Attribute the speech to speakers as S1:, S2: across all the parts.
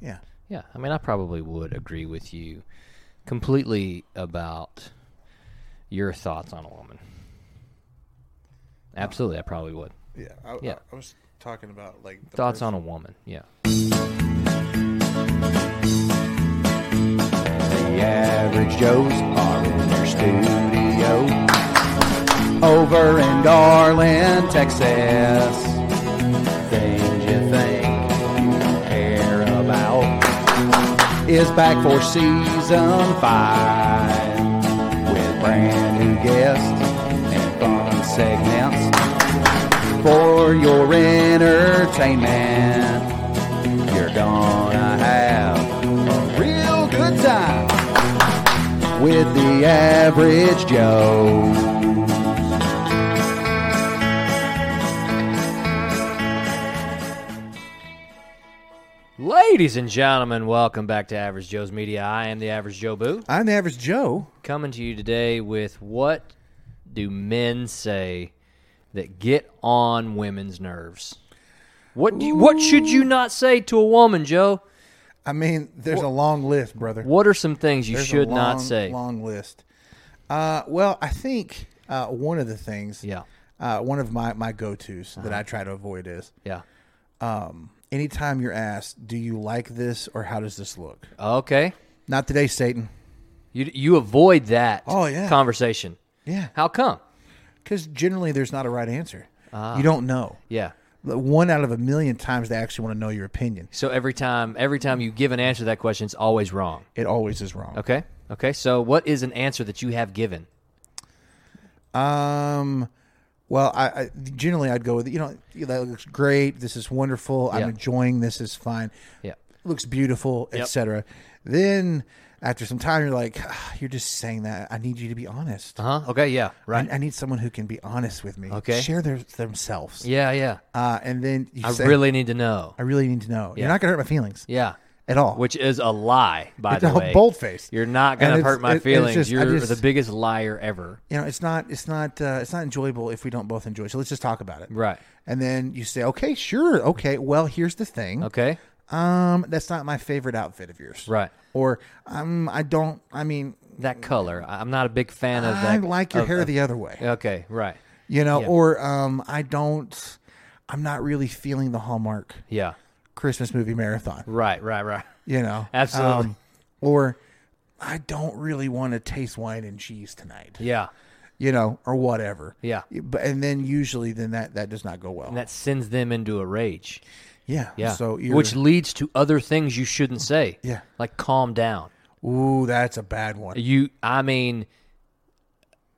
S1: Yeah.
S2: Yeah, I mean, I probably would agree with you completely about your thoughts on a woman. Absolutely, I probably would.
S1: Yeah. I,
S2: Yeah.
S1: I, I was talking about like the
S2: Thoughts on
S1: person-
S2: a woman, yeah.
S3: The average Joes are in their studio over in Darlin, Texas. Things you think you don't care about is back for season five with brand new guests and fun segments for your entertainment. You're gonna have a real good time with the average Joe.
S2: Ladies and gentlemen, welcome back to Average Joe's Media. I am the Average Joe Boo,
S1: I'm the average Joe.
S2: coming to you today with what do men say that get on women's nerves? What do you, what should you not say to a woman, Joe?
S1: I mean, there's a long list, brother.
S2: What are some things you
S1: There's a
S2: should not
S1: long,
S2: say?
S1: Long list. Uh, well, I think uh, one of the things.
S2: Yeah. Uh-huh.
S1: Uh, one of my my go tos that I try to avoid is
S2: Yeah.
S1: anytime you're asked, "Do you like this?" or "How does this look?"
S2: Okay.
S1: Not today, Satan.
S2: You you avoid that
S1: Oh, yeah.
S2: conversation.
S1: Yeah.
S2: How come?
S1: Because generally, there's not a right answer.
S2: Ah.
S1: you don't know.
S2: Yeah.
S1: Like, One out of a million times, they actually want to know your opinion.
S2: So every time every time you give an answer to that question, it's always wrong.
S1: It always is wrong.
S2: Okay? Okay. So what is an answer that you have given?
S1: Um, well, I, I generally I'd go with you know that looks great. This is wonderful.
S2: Yeah.
S1: I'm enjoying this. Is fine.
S2: Yeah.
S1: looks beautiful,
S2: Yep.
S1: etc. Then after some time, you're like, "Ah, you're just saying that. I need you to be honest.
S2: Uh huh. Okay, yeah. Right.
S1: I, I need someone who can be honest with me.
S2: Okay.
S1: share their themselves.
S2: yeah, yeah.
S1: Uh, and then you
S2: I
S1: say,
S2: really need to know.
S1: I really need to know.
S2: Yeah.
S1: You're not gonna hurt my feelings
S2: Yeah.
S1: at all.
S2: Which is a lie, by
S1: It's
S2: the
S1: all
S2: way.
S1: bold-faced.
S2: You're not
S1: And
S2: gonna
S1: it's-
S2: hurt my
S1: it- it's
S2: feelings.
S1: just- I
S2: You're
S1: just-
S2: the biggest liar ever.
S1: you know, it's not, it's not, uh, it's not enjoyable if we don't both enjoy. it. So let's just talk about it.
S2: Right.
S1: And then you say, okay, sure, okay. Well, here's the thing.
S2: Okay.
S1: Um, that's not my favorite outfit of yours.
S2: Right.
S1: Or um, I don't. I mean,
S2: That color. I- I'm not a big fan of that.
S1: I like your
S2: of-
S1: hair
S2: of-
S1: the other way.
S2: Okay, right.
S1: You know,
S2: Yeah.
S1: or um, I don't. I'm not really feeling the Hallmark
S2: Yeah.
S1: Christmas movie marathon.
S2: Right, right, right.
S1: You know, Um,
S2: Absolutely.
S1: or I don't really want to taste wine and cheese tonight.
S2: Yeah.
S1: You know, or whatever.
S2: Yeah.
S1: But and then usually then that that does not go well.
S2: And that sends them into a rage.
S1: yeah.
S2: Yeah.
S1: So you're,
S2: which leads to other things you shouldn't say.
S1: Yeah.
S2: Like calm down.
S1: ooh, that's a bad one.
S2: You I mean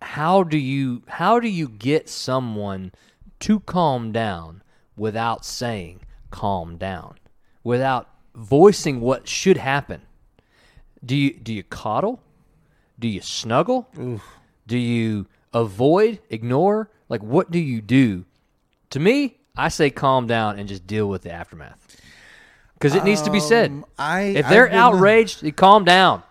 S2: how do you how do you get someone to calm down without saying calm down? Without voicing what should happen? Do you do you coddle? Do you snuggle? Do you avoid, ignore? Like what do you do? To me, I say calm down and just deal with the aftermath. Because it needs to be said.
S1: Um, I
S2: If
S1: I've
S2: they're
S1: been-
S2: outraged, they calm down.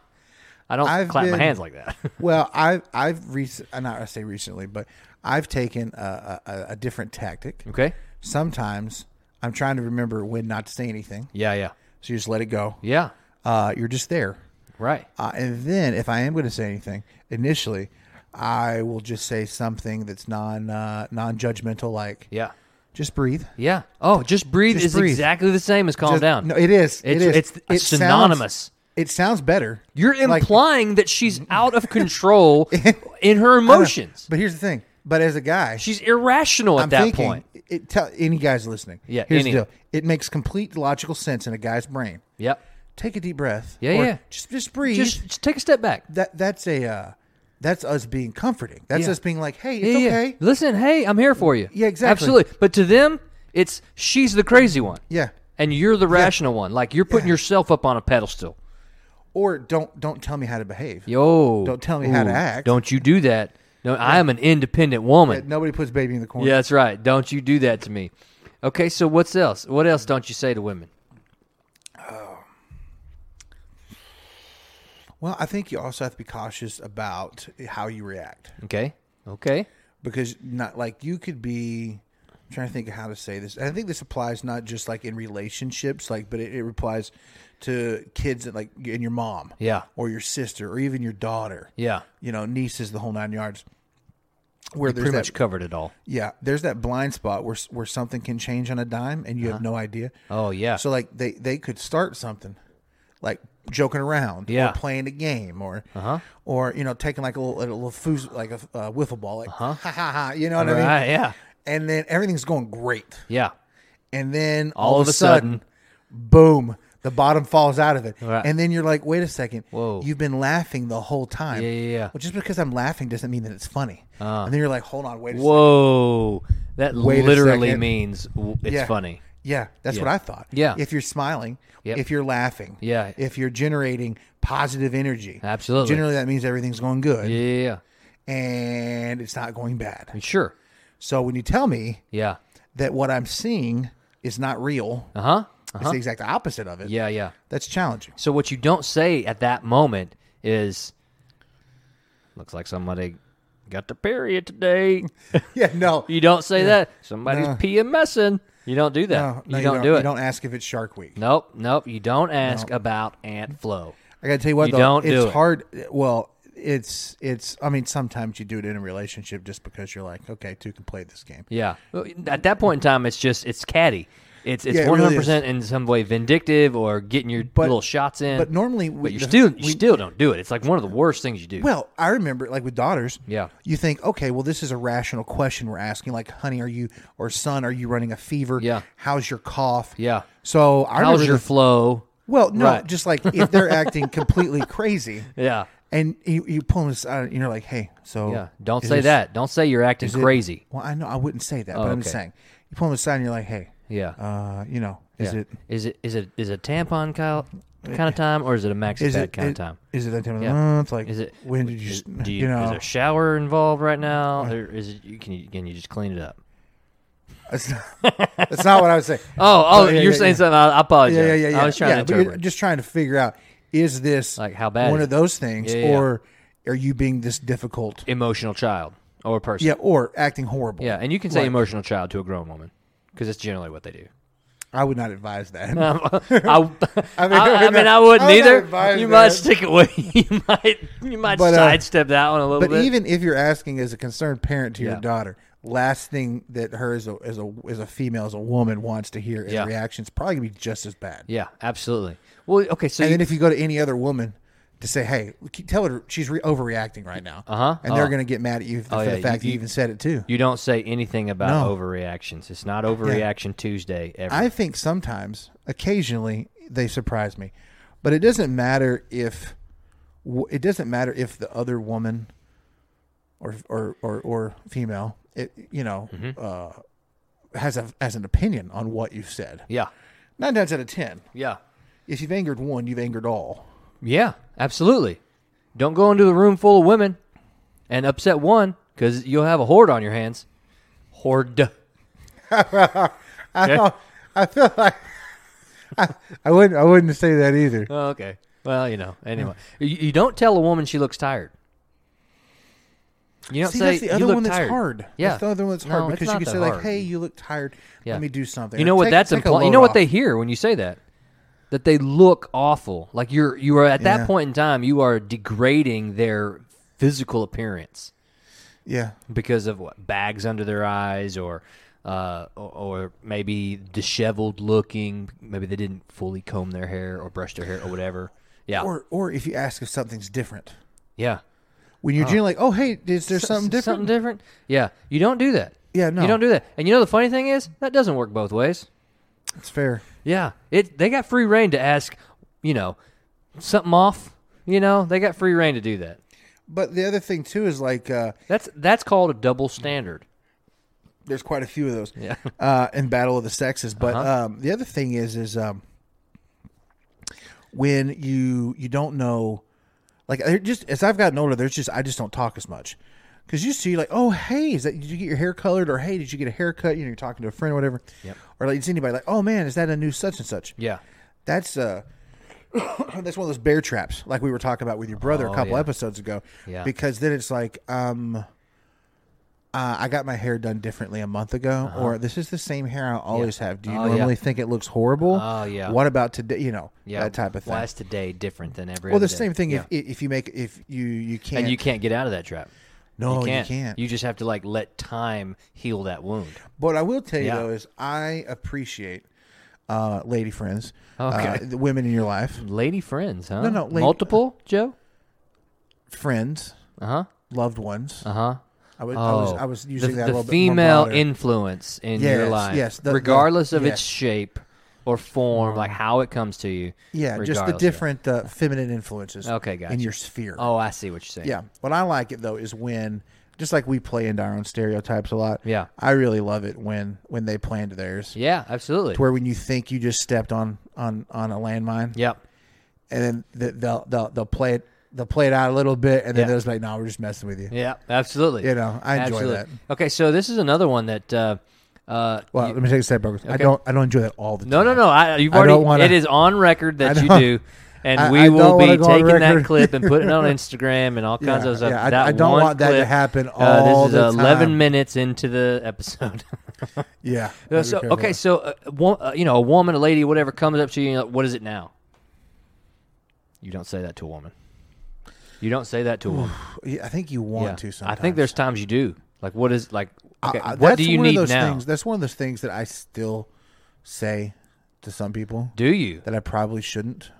S2: I don't
S1: I've
S2: clap my
S1: been-
S2: hands like that.
S1: Well, I've I've recent not I say recently, but I've taken a, a, a- a different tactic.
S2: okay.
S1: Sometimes I'm trying to remember when not to say anything,
S2: Yeah, yeah,
S1: so you just let it go.
S2: yeah.
S1: Uh, you're just there,
S2: Right.
S1: uh, and then if I am going to say anything, initially, I will just say something that's non uh, non judgmental, like
S2: Yeah,
S1: just breathe.
S2: yeah. Oh, just breathe
S1: Just
S2: is
S1: breathe.
S2: exactly the same as calm
S1: Just-
S2: down.
S1: No, it is. It
S2: It's-
S1: is.
S2: it's-
S1: It
S2: it's
S1: sounds-
S2: synonymous.
S1: it sounds better.
S2: You're
S1: Like-
S2: implying that she's out of control in her emotions.
S1: But here's the thing. But as a guy,
S2: She's irrational at
S1: I'm
S2: that
S1: thinking,
S2: point.
S1: It, tell, any guys listening.
S2: Yeah,
S1: here's
S2: any.
S1: the deal. It makes complete logical sense in a guy's brain.
S2: Yep.
S1: Take a deep breath.
S2: Yeah,
S1: or
S2: yeah.
S1: Just just breathe.
S2: Just, just take a step back.
S1: that that's a uh, that's us being comforting. That's
S2: Yeah.
S1: us being like, hey,
S2: Yeah,
S1: it's
S2: yeah.
S1: okay.
S2: Listen, hey, I'm here for you.
S1: Yeah, exactly.
S2: Absolutely. But to them, it's she's the crazy one.
S1: Yeah.
S2: And you're the rational one. Like you're putting
S1: Yeah.
S2: yourself up on a pedestal.
S1: Or don't don't tell me how to behave.
S2: Yo.
S1: Don't tell me how to act.
S2: Don't you do that. No, I am an independent woman.
S1: Nobody puts baby in the corner.
S2: Yeah, that's right. Don't you do that to me. Okay, so what's else? What else don't you say to women?
S1: Well, I think you also have to be cautious about how you react
S2: Okay. Okay.
S1: because not like you could be trying to think of how to say this. And I think this applies not just like in relationships, like, but it, it applies to kids that like and your mom,
S2: Yeah.
S1: or your sister, or even your daughter,
S2: Yeah.
S1: you know, nieces, the whole nine yards. Where there's
S2: Pretty
S1: that,
S2: much covered it all.
S1: yeah, there's that blind spot where s- where something can change on a dime and you have no idea.
S2: Oh, yeah.
S1: So like they they could start something, like joking around,
S2: Yeah. Uh-huh.
S1: or playing a game, or or you know taking like a little, a little foos, like a uh, wiffle ball, like
S2: Uh-huh.
S1: ha ha ha, you know what I mean?
S2: right. Yeah.
S1: And then everything's going great,
S2: Yeah.
S1: and then
S2: All of a sudden,
S1: boom, the bottom falls out of it,
S2: Right.
S1: and then you're like, wait a second,
S2: Whoa.
S1: you've been laughing the whole time,
S2: Yeah, yeah, yeah. Uh.
S1: Well, just because I'm laughing doesn't mean that it's funny, and then you're like, hold on, wait a second,
S2: whoa. That
S1: Wait a
S2: literally
S1: second.
S2: means w- it's
S1: Yeah.
S2: funny.
S1: Yeah, that's what I thought.
S2: Yeah.
S1: If you're smiling,
S2: Yep.
S1: if you're laughing,
S2: Yeah.
S1: if you're generating positive energy.
S2: Absolutely.
S1: Generally that means everything's going good
S2: Yeah. yeah, yeah.
S1: and it's not going bad.
S2: Sure.
S1: So when you tell me
S2: Yeah.
S1: that what I'm seeing is not real,
S2: Uh huh.
S1: it's the exact opposite of it.
S2: Yeah. Yeah.
S1: That's challenging.
S2: So what you don't say at that moment is, "Looks like somebody got their period today."
S1: Yeah, no.
S2: you don't say that. Somebody's PMSing. You don't do that.
S1: no, no,
S2: you, don't do it.
S1: You don't ask if it's Shark Week.
S2: Nope. Nope. You don't ask about Aunt Flo.
S1: I gotta tell you what,
S2: You
S1: though,
S2: don't
S1: it's
S2: do it.
S1: hard. Well, it's it's. I mean, sometimes you do it in a relationship just because you're like, okay, two can play this game.
S2: Yeah. At that point in time, it's just it's catty. It's
S1: Yeah,
S2: it's
S1: it
S2: one
S1: really
S2: hundred percent in some way vindictive or getting your little shots in.
S1: But normally, we,
S2: but you
S1: the-
S2: still you still don't do it. It's like one of the worst things you do.
S1: Well, I remember like with daughters.
S2: Yeah.
S1: You think, okay, well, this is a rational question we're asking. Like, honey, are you or son, are you running a fever?
S2: Yeah.
S1: How's your cough?
S2: Yeah.
S1: So I
S2: How's
S1: remember
S2: your
S1: the-
S2: flow?
S1: well, no,
S2: Right.
S1: just like if they're acting completely crazy,
S2: Yeah.
S1: and you, you pull them aside, and you're like, hey, so
S2: Yeah.
S1: Oh,
S2: Don't
S1: is
S2: say
S1: this-
S2: that. Don't say you're acting
S1: is it-
S2: crazy. Oh,
S1: Well, I know I wouldn't say that, but I'm
S2: okay.
S1: saying you pull them aside, and you're like, hey,
S2: Yeah.
S1: uh, you know, is
S2: yeah.
S1: it Uh,
S2: is it is it is it tampon kind kind of time or is it a maxi
S1: is
S2: pad
S1: it
S2: kind
S1: it-
S2: of time?
S1: Is it that time of the
S2: Yeah.
S1: month? Uh, Like,
S2: Is it
S1: when did you?
S2: is-
S1: s-
S2: do you,
S1: you
S2: is
S1: know, Uh,
S2: there a shower involved right now? Or is it you can you can you just clean it up?
S1: that's not, that's not what I would say.
S2: Oh, oh,
S1: But yeah,
S2: you're
S1: yeah,
S2: saying
S1: yeah.
S2: something. I, I apologize.
S1: Yeah, yeah, yeah. yeah.
S2: I was trying
S1: yeah,
S2: to
S1: but you're
S2: interpret.
S1: Just trying to figure out is this
S2: Like, how bad
S1: one
S2: is
S1: of those things,
S2: Yeah, yeah, yeah.
S1: or are you being this difficult?
S2: emotional child or person.
S1: Yeah, or acting horrible.
S2: Yeah, and you can say
S1: Right.
S2: emotional child to a grown woman because that's generally what they do.
S1: I would not advise that.
S2: Um, I, I,
S1: I
S2: mean,
S1: mean,
S2: I,
S1: I would
S2: mean, I
S1: not-
S2: wouldn't
S1: I would not
S2: either.
S1: advise
S2: you might
S1: that.
S2: stick away. You might, you might
S1: But, uh,
S2: sidestep that one a little
S1: but
S2: bit.
S1: even if you're asking as a concerned parent to
S2: Yeah.
S1: your daughter, last thing that her as a as a as a female as a woman wants to hear is
S2: Yeah.
S1: reactions probably gonna be just as bad.
S2: yeah, absolutely. Well, okay, so
S1: And
S2: you,
S1: then if you go to any other woman. To say, hey, tell her she's re- overreacting right now,
S2: Uh-huh.
S1: and they're
S2: Oh.
S1: going to get mad at you for
S2: Oh,
S1: the
S2: yeah,
S1: fact
S2: you-
S1: you, even said it too.
S2: you don't say anything about
S1: No.
S2: overreactions. It's not overreaction Tuesday ever.
S1: I think sometimes, occasionally, they surprise me, but it doesn't matter if w- it doesn't matter if the other woman or or or, or female, it you know,
S2: Mm-hmm.
S1: uh, has a has an opinion on what you've said.
S2: yeah,
S1: Nine times out of ten,
S2: yeah,
S1: if you've angered one, you've angered all.
S2: yeah, absolutely. Don't go into the room full of women and upset one because you'll have a horde on your hands. Horde.
S1: I, don't- I feel like I, I wouldn't I wouldn't say that either.
S2: Oh, okay. Well, you know. Anyway, you, you don't tell a woman she looks tired. You don't
S1: See,
S2: say
S1: that's the
S2: you
S1: other
S2: look
S1: one that's
S2: tired."
S1: hard.
S2: Yeah,
S1: that's the other one that's
S2: No,
S1: hard
S2: it's
S1: because you
S2: not
S1: can
S2: that
S1: say like,
S2: hard.
S1: "Hey, you look tired.
S2: Yeah.
S1: Let me do something."
S2: You
S1: Or
S2: know what
S1: take-
S2: that's
S1: take a
S2: implying. You
S1: load
S2: know what
S1: off.
S2: they hear when you say that. That they look awful. Like you're you are at that
S1: Yeah.
S2: point in time, you are degrading their physical appearance
S1: Yeah,
S2: because of what bags under their eyes or. Uh, or, or maybe disheveled looking. Maybe they didn't fully comb their hair or brush their hair or whatever. Yeah,
S1: or or if you ask if something's different
S2: yeah.
S1: when you're generally like oh hey is there something
S2: S-
S1: different
S2: Something different. Yeah, you don't do that.
S1: Yeah, no.
S2: you don't do that. And you know the funny thing is that doesn't work both ways.
S1: it's fair
S2: Yeah, it they got free reign to ask, you know, something off. You know, they got free reign to do that.
S1: but the other thing too is like uh,
S2: That's that's called a double standard.
S1: there's quite a few of those yeah. uh, in battle of the sexes but
S2: Uh-huh.
S1: um, the other thing is is um, when you you don't know like I- just as i've gotten older there's just i just don't talk as much because you see like oh hey is that did you get your hair colored or hey did you get a haircut you know you're talking to a friend or whatever
S2: Yep.
S1: or like you see anybody like oh man is that a new such and such
S2: Yeah,
S1: That's uh that's one of those bear traps like we were talking about with your brother
S2: Oh,
S1: a couple
S2: yeah.
S1: episodes ago.
S2: Yeah.
S1: Because then it's like, um uh, I got my hair done differently a month ago, or this is the same hair I always have. Do you
S2: Oh, Uh-huh. yeah.
S1: normally think it looks horrible?
S2: Oh, yeah.
S1: What about today? You know, that type of thing.
S2: Why is today different than every?
S1: well,
S2: other
S1: the
S2: day?
S1: same thing.
S2: Yeah.
S1: If if you make if you you can't
S2: and you can't get out of that trap.
S1: no
S2: you can't.
S1: Oh, you can't.
S2: You just have to like let time heal that wound.
S1: What I will tell you
S2: Yeah.
S1: though is I appreciate uh, lady friends, uh,
S2: Okay.
S1: the women in your life,
S2: Lady friends, huh?
S1: No, no, lady-
S2: multiple, Joe.
S1: friends,
S2: Uh huh.
S1: loved ones.
S2: Uh huh.
S1: I was, I was I was using
S2: Oh. the,
S1: that
S2: the
S1: a little
S2: female
S1: bit more broader.
S2: influence in your
S1: Yes,
S2: life,
S1: yes, the- the-
S2: regardless of
S1: yes.
S2: its shape or form, like how it comes to you.
S1: yeah, just the
S2: regardless,
S1: different uh, feminine influences.
S2: Okay, gotcha.
S1: in your sphere.
S2: Oh, I see what you're saying.
S1: Yeah. What I like it though is when just like we play into our own stereotypes a lot.
S2: Yeah.
S1: I really love it when when they play into theirs.
S2: yeah, absolutely.
S1: To where when you think you just stepped on on on a landmine,
S2: Yep.
S1: and then th- they'll they'll they'll play it they'll play it out a little bit, and then
S2: Yeah.
S1: they're just like, "No, we're just messing with you."
S2: Yeah, absolutely.
S1: You know, I enjoy
S2: Absolutely.
S1: that.
S2: Okay, so this is another one that. Uh, uh,
S1: Well, let me take a step back. I don't I don't enjoy that all the
S2: no,
S1: time.
S2: no, no. I, you've
S1: I
S2: already.
S1: don't wanna-
S2: it is on record that
S1: I
S2: you
S1: don't-
S2: do, and
S1: I-
S2: we
S1: I
S2: will
S1: don't wanna
S2: be
S1: go on
S2: taking that
S1: record.
S2: clip and putting it on Instagram and all kinds
S1: Yeah,
S2: of stuff.
S1: yeah, I-
S2: that
S1: I don't
S2: one
S1: want that to
S2: clip,
S1: happen
S2: uh,
S1: all
S2: This
S1: the
S2: is eleven
S1: time.
S2: minutes into the episode.
S1: Yeah.
S2: Uh, so,
S1: Gotta be
S2: okay,
S1: careful.
S2: so uh, wo- uh, you know, a woman, a lady, whatever comes up to you, you know, what is it now? You don't say that to a woman. You don't say that to a woman.
S1: Yeah, I think you want
S2: Yeah.
S1: to. Sometimes
S2: I think there's times you do. Like, what is like? Okay,
S1: I- I-
S2: what
S1: that's
S2: do you
S1: one
S2: need
S1: of those
S2: now?
S1: Things, that's one of those things that I still say to some people
S2: do you?
S1: that I probably shouldn't,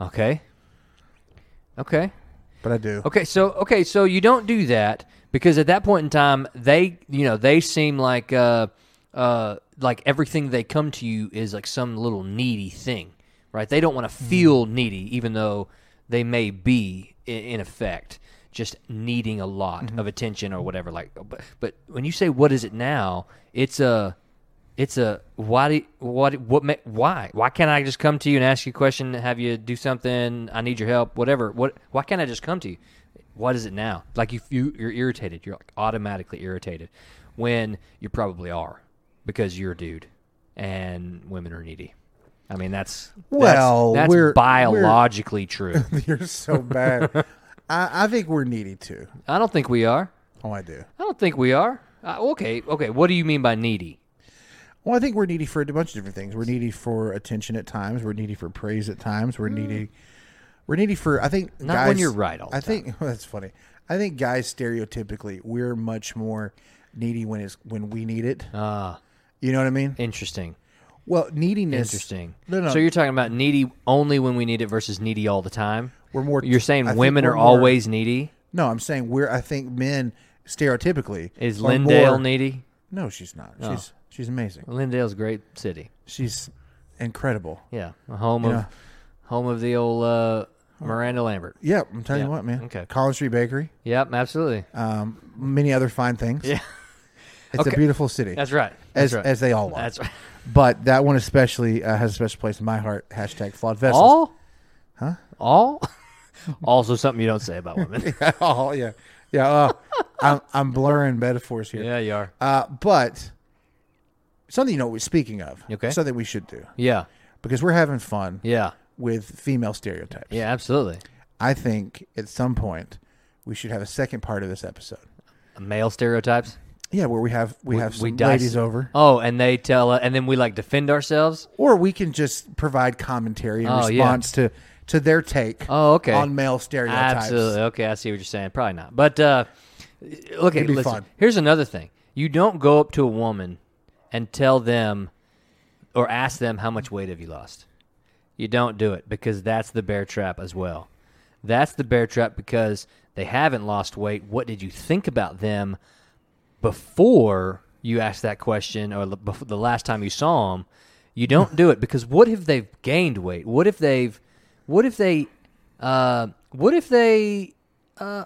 S2: Okay. Okay.
S1: but I do.
S2: Okay. So okay. So you don't do that because at that point in time, they you know they seem like uh uh like everything they come to you is like some little needy thing, right? They don't want to feel needy, even though they may be i- in effect just needing a lot of attention or whatever. Like, but but when you say what is it now, it's a it's a why do what what ma- why why can't I just come to you and ask you a question, have you do something? I need your help, whatever. What why can't I just come to you? What is it now? Like you, you you're irritated. You're like automatically irritated when you probably are because you're a dude and women are needy. I mean that's that's-
S1: Well,
S2: that's,
S1: we're- we're-
S2: biologically true.
S1: You're so bad. I, I think we're needy too.
S2: I don't think we are.
S1: Oh, I do.
S2: I don't think we are. Uh, okay, okay. What do you mean by needy?
S1: Well, I think we're needy for a bunch of different things. We're needy for attention at times. We're needy for praise at times. We're needy. We're needy for. I think
S2: Mm. Not
S1: guys,
S2: when you're right all the
S1: I think that's funny. I think guys stereotypically we're much more needy when it's when we need it.
S2: Ah,
S1: You know what I mean?
S2: interesting.
S1: Well, neediness.
S2: Interesting.
S1: No, no.
S2: So you're talking about needy only when we need it versus needy all the time.
S1: We're more-
S2: You're saying
S1: I think
S2: women
S1: we're
S2: are
S1: more-
S2: always needy.
S1: No, I'm saying we're. I think men stereotypically
S2: Is
S1: are
S2: Lindale Oh.
S1: more-
S2: needy?
S1: No, she's not. She's she's amazing.
S2: Lindale's a great city.
S1: She's incredible.
S2: Yeah, a home
S1: Yeah.
S2: of home of the old uh, Miranda Lambert.
S1: Yeah, I'm telling
S2: Yeah,
S1: you what, man.
S2: okay.
S1: College Street Bakery.
S2: Yep, absolutely.
S1: um, many other fine things.
S2: Yeah.
S1: It's
S2: Okay.
S1: a beautiful city,
S2: That's right. That's
S1: as
S2: right.
S1: as they all are.
S2: That's right.
S1: But that one especially uh, has a special place in my heart. Hashtag flawed vessels.
S2: All? Huh? All? also something you don't say about women.
S1: oh yeah, yeah. Uh, I'm I'm blurring metaphors here.
S2: yeah, you are.
S1: Uh, but something you know. Speaking of,
S2: Okay.
S1: something we should do
S2: Yeah.
S1: because we're having fun
S2: Yeah.
S1: with female stereotypes.
S2: Yeah, absolutely.
S1: I think at some point we should have a second part of this episode.
S2: Male stereotypes.
S1: Yeah, where we have we, have some
S2: dice-
S1: ladies over.
S2: Oh, and they tell, and then we like defend ourselves.
S1: or we can just provide commentary in
S2: Oh, yeah.
S1: response to to their take.
S2: Oh, okay.
S1: On male stereotypes.
S2: Absolutely. Okay, I see what you're saying. Probably not. But uh, look, at
S1: be
S2: listen.
S1: fun.
S2: Here's another thing. You don't go up to a woman and tell them or ask them how much weight have you lost. You don't do it because that's the bear trap as well. That's the bear trap because they haven't lost weight. What did you think about them before you asked that question or the- bef- the last time you saw them? You don't do it because what if they've gained weight? What if they've, what if they, uh, what if they, uh,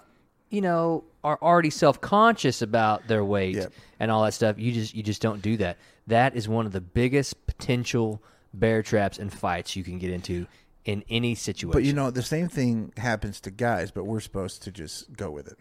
S2: you know, are already self conscious about their weight
S1: Yep.
S2: and all that stuff? You just you just don't do that. That is one of the biggest potential bear traps and fights you can get into in any situation.
S1: But you know, the same thing happens to guys, but we're supposed to just go with it.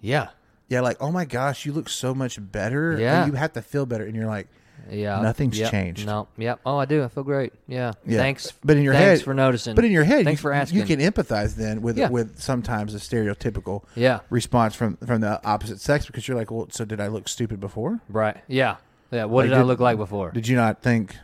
S2: yeah,
S1: Yeah, like, oh my gosh, you look so much better.
S2: Yeah.
S1: And you have to feel better. And you're like,
S2: Yeah.
S1: Nothing's
S2: Yep.
S1: changed.
S2: No. Yep. Oh, I do. I feel great. Yeah.
S1: Yeah.
S2: Thanks.
S1: But in your
S2: thanks
S1: head,
S2: for noticing.
S1: But in your head,
S2: thanks
S1: you,
S2: for asking.
S1: You can empathize then with
S2: Yeah.
S1: with sometimes a stereotypical
S2: Yeah.
S1: response from from the opposite sex because you're like, well, so did I look stupid before?
S2: Right. Yeah. Yeah. What
S1: Like,
S2: did, I
S1: did-
S2: look like before?
S1: Did you not think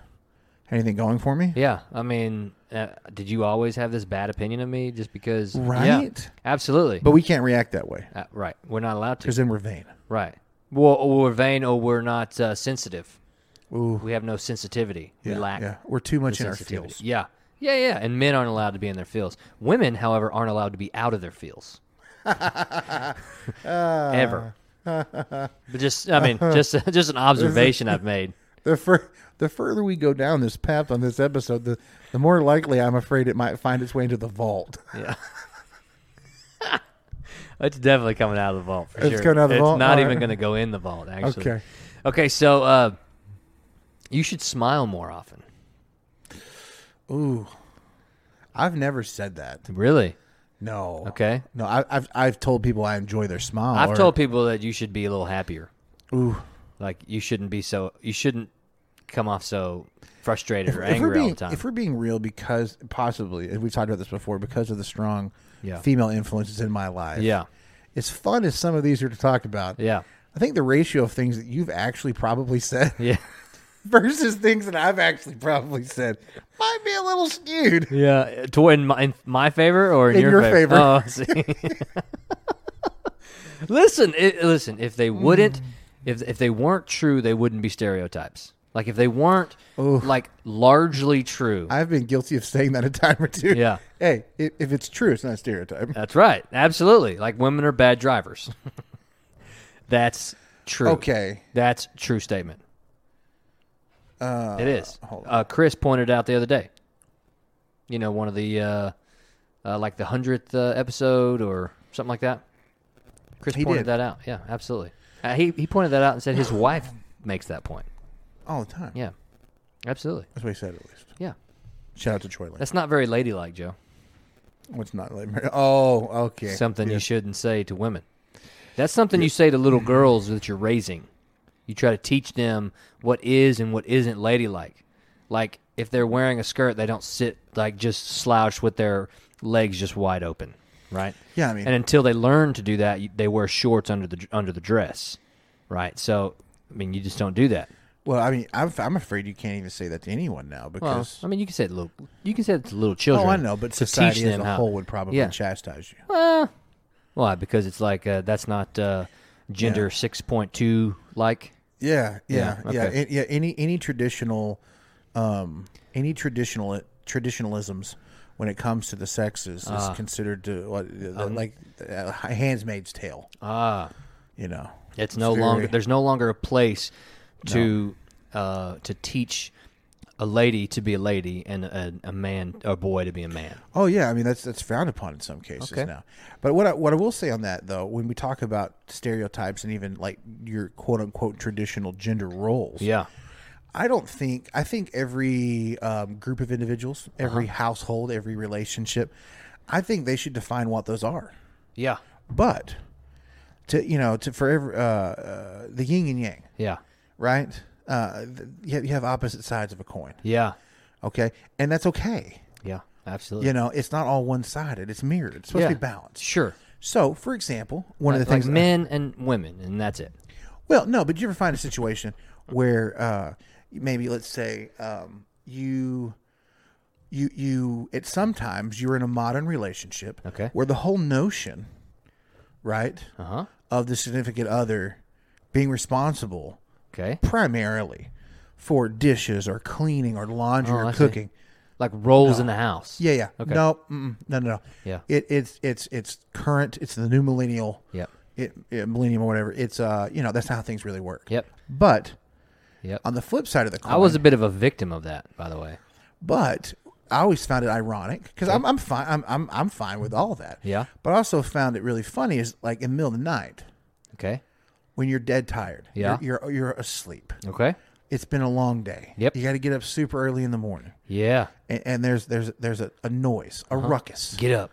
S1: anything going for me?
S2: yeah. I mean, uh, did you always have this bad opinion of me just because? Yeah.
S1: Right?
S2: absolutely.
S1: But we can't react that way
S2: uh, right. We're not allowed to.
S1: because then we're vain.
S2: Right. Well, or we're vain, or we're not uh, sensitive.
S1: Ooh,
S2: We have no sensitivity.
S1: yeah,
S2: we lack
S1: yeah. We're too much in our
S2: sensitivity.
S1: feels.
S2: Yeah. Yeah, yeah. And men aren't allowed to be in their feels. Women, however, aren't allowed to be out of their feels. Ever. but just I mean, just just an observation I've made.
S1: The fur the further we go down this path on this episode, the the more likely I'm afraid it might find its way into the vault.
S2: Yeah. it's definitely coming out of the vault for
S1: It's
S2: sure.
S1: coming out of the
S2: it's
S1: vault?
S2: not
S1: All
S2: even
S1: right.
S2: gonna go in the vault, actually.
S1: Okay.
S2: Okay, so uh you should smile more often.
S1: Ooh, I've never said that.
S2: Really?
S1: No.
S2: Okay.
S1: No, I, I've I've told people I enjoy their smile.
S2: I've
S1: or-
S2: told people that you should be a little happier.
S1: Ooh.
S2: Like you shouldn't be so you shouldn't come off so frustrated or
S1: If we're
S2: angry all
S1: being
S2: the time.
S1: if we're being real, because possibly and we've talked about this before, because of the strong
S2: Yeah.
S1: female influences in my life.
S2: Yeah.
S1: As fun as some of these are to talk about,
S2: Yeah.
S1: I think the ratio of things that you've actually probably said
S2: Yeah.
S1: versus things that I've actually probably said might be a little skewed.
S2: Yeah. To in my, in my favor or in,
S1: In your favor.
S2: Oh, I see. listen, it, listen, if they
S1: Mm.
S2: wouldn't if if they weren't true, they wouldn't be stereotypes. Like if they weren't like largely true.
S1: I've been guilty of saying that a time or two.
S2: Yeah.
S1: Hey, if, if it's true, it's not a stereotype.
S2: That's right. Absolutely. Like women are bad drivers. That's true.
S1: Okay.
S2: That's a true statement. it is. Uh, Chris pointed out the other day. You know, one of the uh, uh, like the hundredth uh, episode or something like that. Chris
S1: He
S2: pointed
S1: did.
S2: that out. Yeah, absolutely. Uh, he he pointed that out and said his wife makes that point.
S1: All the time.
S2: Yeah, absolutely.
S1: That's what he said, at least.
S2: Yeah,
S1: Shout out to Troy Lane.
S2: that's not very ladylike, Joe.
S1: What's not like. Oh, okay.
S2: Something you shouldn't say to women. That's something you say to little girls that you're raising. You try to teach them what is and what isn't ladylike. Like if they're wearing a skirt, they don't sit like just slouched with their legs just wide open, right?
S1: Yeah, I mean-
S2: and until they learn to do that, you- they wear shorts under the under the dress, right? So, I mean, you just don't do that.
S1: Well, I mean, I'm, I'm afraid you can't even say that to anyone now
S2: Well,
S1: because.
S2: I mean, you can say it to little, you can say it to little children.
S1: oh, I know, but
S2: to teach
S1: society as
S2: them
S1: a
S2: how-
S1: whole would probably
S2: Yeah.
S1: chastise you.
S2: Well, why? Because it's like uh, that's not uh, gender
S1: Yeah.
S2: six point two like.
S1: Yeah, yeah,
S2: Yeah,
S1: yeah,
S2: okay.
S1: an- yeah. Any any traditional, um, any traditional traditionalisms when it comes to the sexes is considered to what the, like uh, Handmaid's Tale.
S2: Ah,
S1: You know,
S2: it's no
S1: very-
S2: longer there's no longer a place to uh, to teach a lady to be a lady and a, a man or boy to be a man.
S1: Oh yeah, I mean that's that's frowned upon in some cases
S2: Okay.
S1: now. But what I, what I will say on that though, when we talk about stereotypes and even like your quote unquote traditional gender roles,
S2: Yeah,
S1: I don't think I think every um, group of individuals, every
S2: Uh-huh.
S1: household, every relationship, I think they should define what those are.
S2: yeah,
S1: But to you know to for every, uh, uh, the yin and yang,
S2: yeah,
S1: right? Uh, th- you have- you have opposite sides of a coin,
S2: yeah,
S1: okay, and that's okay.
S2: yeah. Absolutely.
S1: You know, it's not all one sided. It's mirrored. It's supposed
S2: yeah.
S1: to be balanced.
S2: Sure.
S1: So, for example, one of
S2: Like,
S1: the things uh,
S2: men and women, and that's it.
S1: well, no, but you ever find a situation where uh, maybe let's say um, you you you at sometimes you're in a modern relationship
S2: Okay.
S1: where the whole notion right
S2: Uh huh.
S1: of the significant other being responsible
S2: Okay.
S1: primarily for dishes or cleaning or laundry
S2: Oh, I
S1: or
S2: see.
S1: cooking
S2: Like roles in the house.
S1: Yeah, yeah.
S2: Okay.
S1: No, mm-mm, no, no, no.
S2: Yeah.
S1: It, it's it's it's current. It's the new millennial.
S2: Yep.
S1: It, it- millennium or whatever. It's uh, you know, that's how things really work.
S2: Yep.
S1: But
S2: Yep.
S1: on the flip side of the coin,
S2: I was a bit of a victim of that, by the way.
S1: But I always found it ironic because I'm I'm fine. I'm, I'm I'm fine with all that.
S2: Yeah.
S1: But I also found it really funny is like in the middle of the night
S2: Okay.
S1: when you're dead tired.
S2: Yeah.
S1: You're you're, you're asleep.
S2: Okay.
S1: It's been a long day.
S2: Yep.
S1: You got to get up super early in the morning,
S2: Yeah.
S1: and, and there's there's there's
S2: Uh-huh.
S1: a, a noise, a ruckus.
S2: Get up.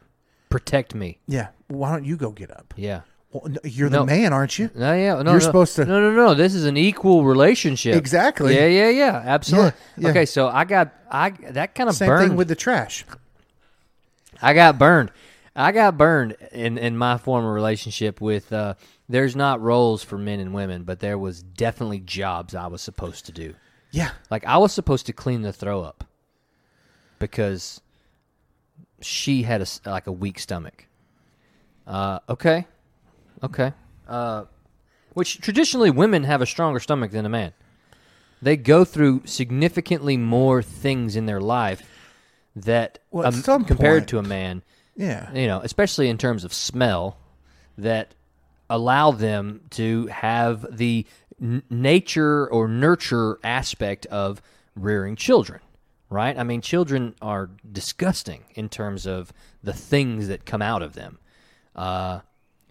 S2: Protect me.
S1: yeah. Why don't you go get up?
S2: Yeah.
S1: Well, n- you're the
S2: No.
S1: man, aren't you?
S2: No, yeah, no,
S1: You're
S2: no.
S1: supposed to-
S2: No, no, no. This is an equal relationship.
S1: Exactly.
S2: Yeah, yeah, yeah. Absolutely.
S1: Yeah, yeah.
S2: Okay, so I got I that kind of
S1: Same
S2: burned.
S1: thing with the trash.
S2: I got burned. I got burned in in my former relationship with. Uh, there's not roles for men and women, but there was definitely jobs I was supposed to do.
S1: Yeah.
S2: Like I was supposed to clean the throw up because she had a s- like a weak stomach. Uh, okay, okay. Uh, which traditionally women have a stronger stomach than a man. They go through significantly more things in their life that
S1: Well, at
S2: um,
S1: some
S2: compared
S1: point-
S2: to a man
S1: Yeah.
S2: you know, especially in terms of smell, that allow them to have the n- nature or nurture aspect of rearing children, right? I mean, children are disgusting in terms of the things that come out of them. Uh,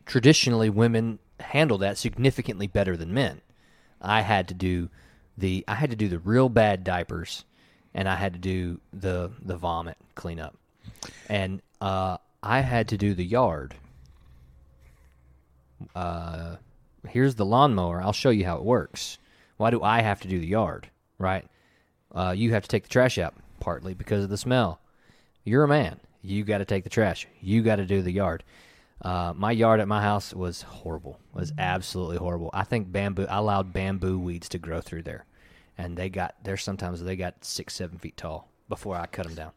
S2: traditionally, women handle that significantly better than men. I had to do the I had to do the real bad diapers, and I had to do the the vomit cleanup, and uh, I had to do the yard. Uh, here's the lawnmower. I'll show you how it works. Why do I have to do the yard? Right? Uh, you have to take the trash out partly because of the smell. You're a man. You got to take the trash. You got to do the yard. Uh, my yard at my house was horrible. Was absolutely horrible. I think bamboo. I allowed bamboo weeds to grow through there, and they got there. Sometimes they got six, seven feet tall before I cut them down.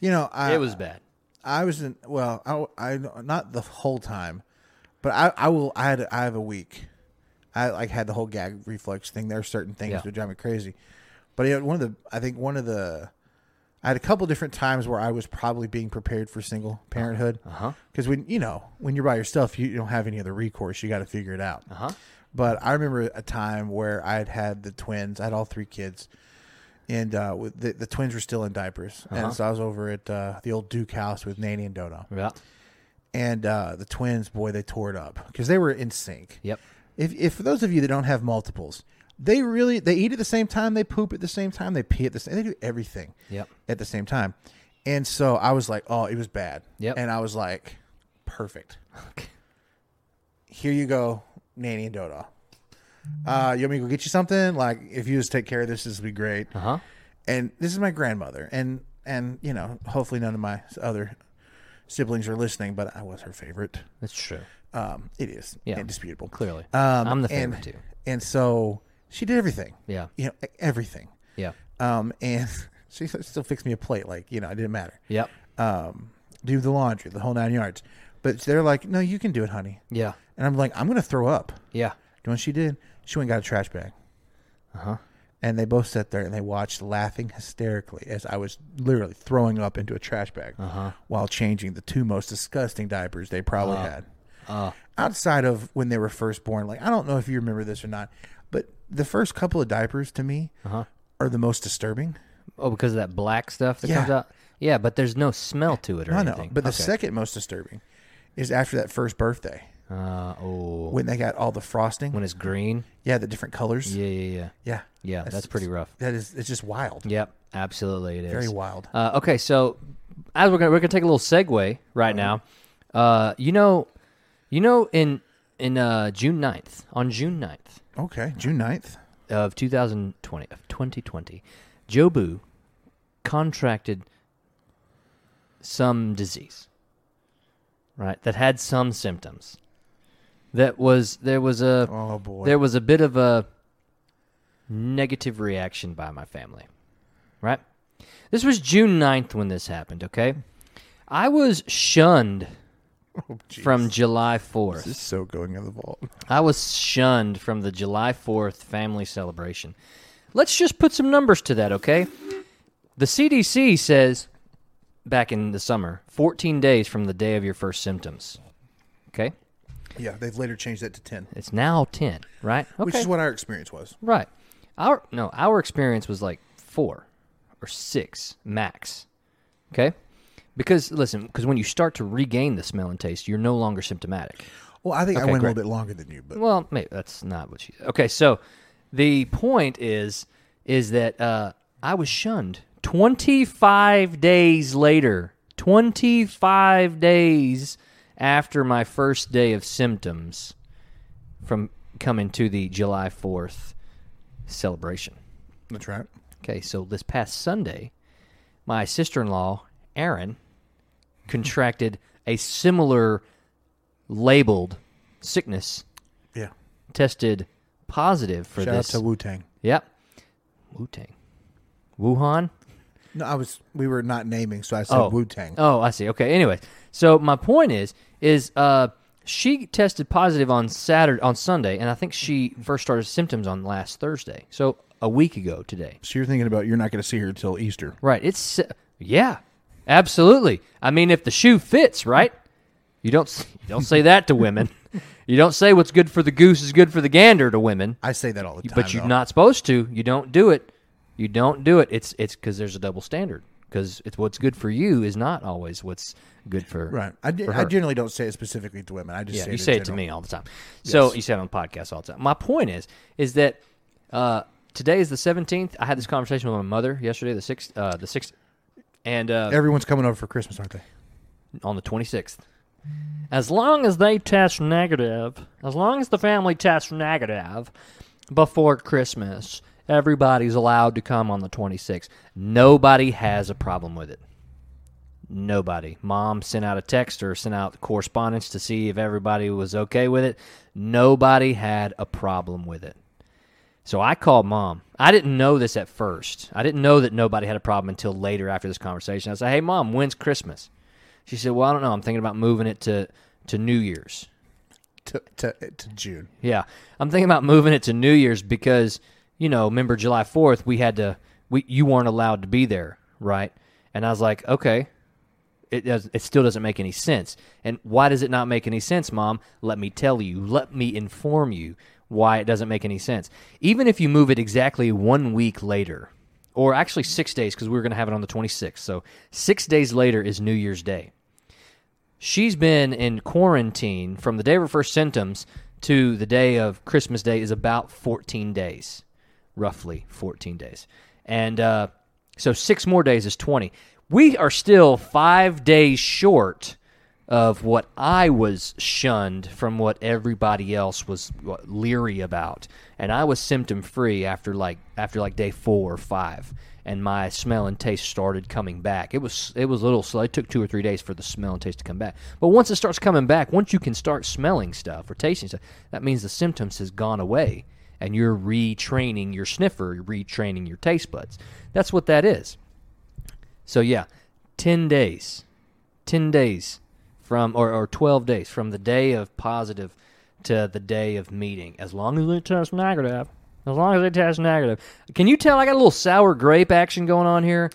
S1: You know, I,
S2: It was bad.
S1: I was in well, I, I not the whole time, but I, I will I had I have a week. I like had the whole gag reflex thing. There are certain things
S2: Yeah.
S1: that drive me crazy, but you know, one of the I think one of the I had a couple different times where I was probably being prepared for single parenthood.
S2: Uh-huh.
S1: Because when you know when you're by yourself, you, you don't have any other recourse. You got to figure it out.
S2: Uh huh.
S1: But I remember a time where I had had the twins. I had all three kids, and uh, with the, the twins were still in diapers.
S2: Uh-huh.
S1: And so I was over at uh, the old Duke house with Nanny and Dono,
S2: Yeah.
S1: and uh, the twins, boy, they tore it up because they were in sync.
S2: Yep.
S1: If, if for those of you that don't have multiples, they really they eat at the same time, they poop at the same time, they pee at the same, they do everything
S2: Yep.
S1: at the same time. And so I was like, oh, it was bad.
S2: Yep.
S1: And I was like, perfect. Here you go, Nanny and Dodo. Uh, you want me to go get you something? Like, if you just take care of this, this will be great.
S2: Uh huh.
S1: And this is my grandmother, and and you know, hopefully none of my other siblings are listening, but I was her favorite.
S2: That's true.
S1: Um, it is
S2: Yeah.
S1: indisputable.
S2: Clearly.
S1: Um,
S2: I'm the
S1: and-
S2: favorite too.
S1: And so she did everything.
S2: Yeah.
S1: You know, e- everything.
S2: Yeah.
S1: Um, and she still fixed me a plate. Like, you know, it didn't matter
S2: Yep.
S1: um, do the laundry, the whole nine yards. But they're like, no, you can do it, honey.
S2: Yeah.
S1: And I'm like, I'm going to throw up.
S2: Yeah.
S1: You know what she did? She went and got a trash bag. Uh
S2: Uh-huh.
S1: And they both sat there and they watched, laughing hysterically as I was literally throwing up into a trash bag
S2: Uh-huh.
S1: while changing the two most disgusting diapers they probably
S2: Uh,
S1: had. Outside of when they were first born, like I don't know if you remember this or not, but the first couple of diapers to me
S2: Uh-huh.
S1: are the most disturbing.
S2: Oh, because of that black stuff that
S1: Yeah.
S2: comes out. Yeah, but there's no smell to it or
S1: I know,
S2: anything.
S1: but the
S2: Okay.
S1: second most disturbing is after that first birthday.
S2: Uh, oh,
S1: when they got all the frosting.
S2: when it's green.
S1: yeah, the different colors.
S2: Yeah, yeah, yeah.
S1: yeah,
S2: Yeah, that's pretty rough.
S1: That is, it's just wild.
S2: Yep, absolutely it is.
S1: Very wild.
S2: Uh, okay, so as we're gonna we're gonna take a little segue right
S1: Uh-huh.
S2: now. Uh, you know, you know, in in uh, June 9th, on June 9th
S1: Okay, June 9th.
S2: of 2020 of 2020, Jobu contracted some disease, right? That had some symptoms. That was there was a
S1: Oh boy.
S2: there was a bit of a negative reaction by my family. Right? This was June 9th when this happened, okay? I was shunned from July 4th.
S1: Oh, this is so going in the vault.
S2: I was shunned from the July 4th family celebration. Let's just put some numbers to that, okay? The CDC says back in the summer, 14 days from the day of your first symptoms. Okay?
S1: Yeah, they've later changed that to 10,
S2: It's now 10, right? Okay.
S1: which is what our experience was.
S2: Right. Our no, our experience was like four or six max. Okay? Because listen, because when you start to regain the smell and taste, you're no longer symptomatic.
S1: Well, I think I
S2: Okay,
S1: went
S2: great.
S1: a little bit longer than you, but
S2: Well, maybe that's not what she Okay, so the point is is that uh, I was shunned. Twenty five days later. Twenty five days after my first day of symptoms from coming to the July 4th celebration.
S1: That's right.
S2: Okay, so this past Sunday, my sister in law, Erin, contracted a similar labeled sickness,
S1: Yeah.
S2: tested positive for
S1: Shout
S2: this.
S1: out to Wu Tang.
S2: yep. Wu Tang. Wuhan?
S1: No, I was. We were not naming, so I said Wu Tang.
S2: Oh, I see. Okay. Anyway, so my point is, is uh, she tested positive on Saturday, on Sunday, and I think she first started symptoms on last Thursday, so a week ago today.
S1: So you're thinking about you're not going to see her until Easter.
S2: Right. It's yeah, absolutely. I mean, if the shoe fits, right? You don't s- you don't say that to women. You don't say what's good for the goose is good for the gander to women.
S1: I say that all the time.
S2: But you're
S1: though.
S2: not supposed to. You don't do it. You don't do it. It's it's because there's a double standard. Because it's what's good for you is not always what's good for
S1: Right. I, ge-
S2: for
S1: I
S2: her.
S1: generally don't say it specifically to women. I just
S2: Yeah,
S1: say
S2: you
S1: it in
S2: say it to
S1: general.
S2: me all the time. So you say it on podcasts all the time. My point is, is that uh, today is the seventeenth. I had this conversation with my mother yesterday, the sixth, uh, the sixth, and uh,
S1: Everyone's coming over for Christmas, aren't they?
S2: on the 26th. As long as they test negative, as long as the family tests negative before Christmas, everybody's allowed to come on the 26th. Nobody has a problem with it. Nobody. Mom sent out a text or sent out correspondence to see if everybody was okay with it. Nobody had a problem with it. So I called mom. I didn't know this at first. I didn't know that nobody had a problem until later after this conversation. I said, "Hey, mom, when's Christmas?" She said, "Well, I don't know. I'm thinking about moving it to to New Year's."
S1: To to, to June.
S2: Yeah, I'm thinking about moving it to New Year's because you know, remember July 4th, we had to we you weren't allowed to be there, right? And I was like, okay, it does, it still doesn't make any sense. And why does it not make any sense, Mom? Let me tell you. Let me inform you why it doesn't make any sense. Even if you move it exactly one week later, or actually six days, because we were going to have it on the 26th. So six days later is New Year's Day she's been in quarantine from the day of her first symptoms to the day of Christmas Day is about 14 days, roughly 14 days. And uh, so six more days is 20. We are still five days short of what I was shunned from what everybody else was leery about. And I was symptom free after like after like day 4 or 5 and my smell and taste started coming back. It was it was a little slow. It took 2 or 3 days for the smell and taste to come back. But once it starts coming back, once you can start smelling stuff or tasting stuff, that means the symptoms has gone away and you're retraining your sniffer, you're retraining your taste buds. That's what that is. So yeah, 10 days 10 days from or, or 12 days from the day of positive to the day of meeting as long as they test negative as long as they test negative can you tell i got a little sour grape action going on here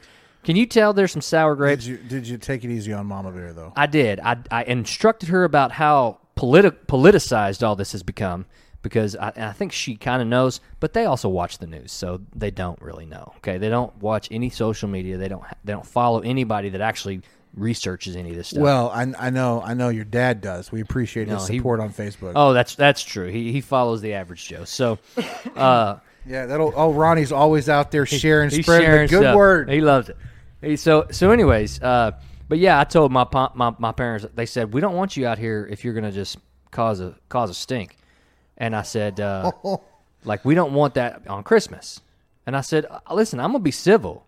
S2: can you tell there's some sour grapes
S1: Did you did you take it easy on Mama Bear though?
S2: I did. I, I instructed her about how politi- politicized all this has become because I, and I think she kind of knows, but they also watch the news, so they don't really know. Okay, they don't watch any social media. They don't. ha- They don't follow anybody that actually researches any of this stuff.
S1: Well, I, I know I know your dad does. We appreciate his
S2: No, he-
S1: support on Facebook.
S2: oh, that's that's true. He he follows the average Joe. So. Uh,
S1: yeah, that'll. Oh, Ronnie's always out there sharing,
S2: He's
S1: spreading
S2: sharing
S1: the good
S2: stuff.
S1: word.
S2: He loves it. He, so so anyways, uh, but yeah, I told my pa- my my parents. They said we don't want you out here if you're gonna just cause a cause a stink. And I said, uh, like we don't want that on Christmas. And I said, "Uh, listen, I'm gonna be civil.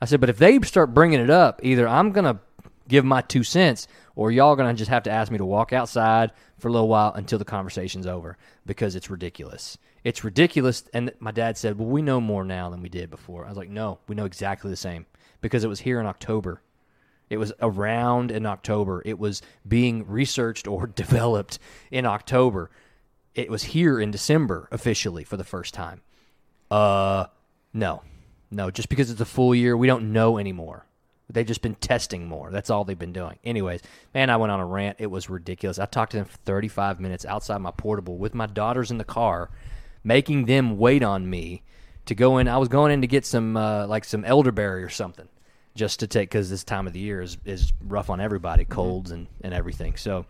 S2: I said, but if they start bringing it up, either I'm gonna give my two cents, or y'all gonna just have to ask me to walk outside for a little while until the conversation's over because it's ridiculous. It's ridiculous. And th- my dad said, well, we know more now than we did before. I was like, no, we know exactly the same because it was here in October. It was around in October. It was being researched or developed in October. It was here in December officially for the first time. Uh, no, no. Just because it's a full year, we don't know anymore. They've just been testing more. That's all they've been doing. Anyways, man, I went on a rant. It was ridiculous. I talked to them for 35 minutes outside my portable with my daughters in the car, making them wait on me to go in. I was going in to get some uh, like some elderberry or something, just to take because this time of the year is is rough on everybody, colds and and everything. So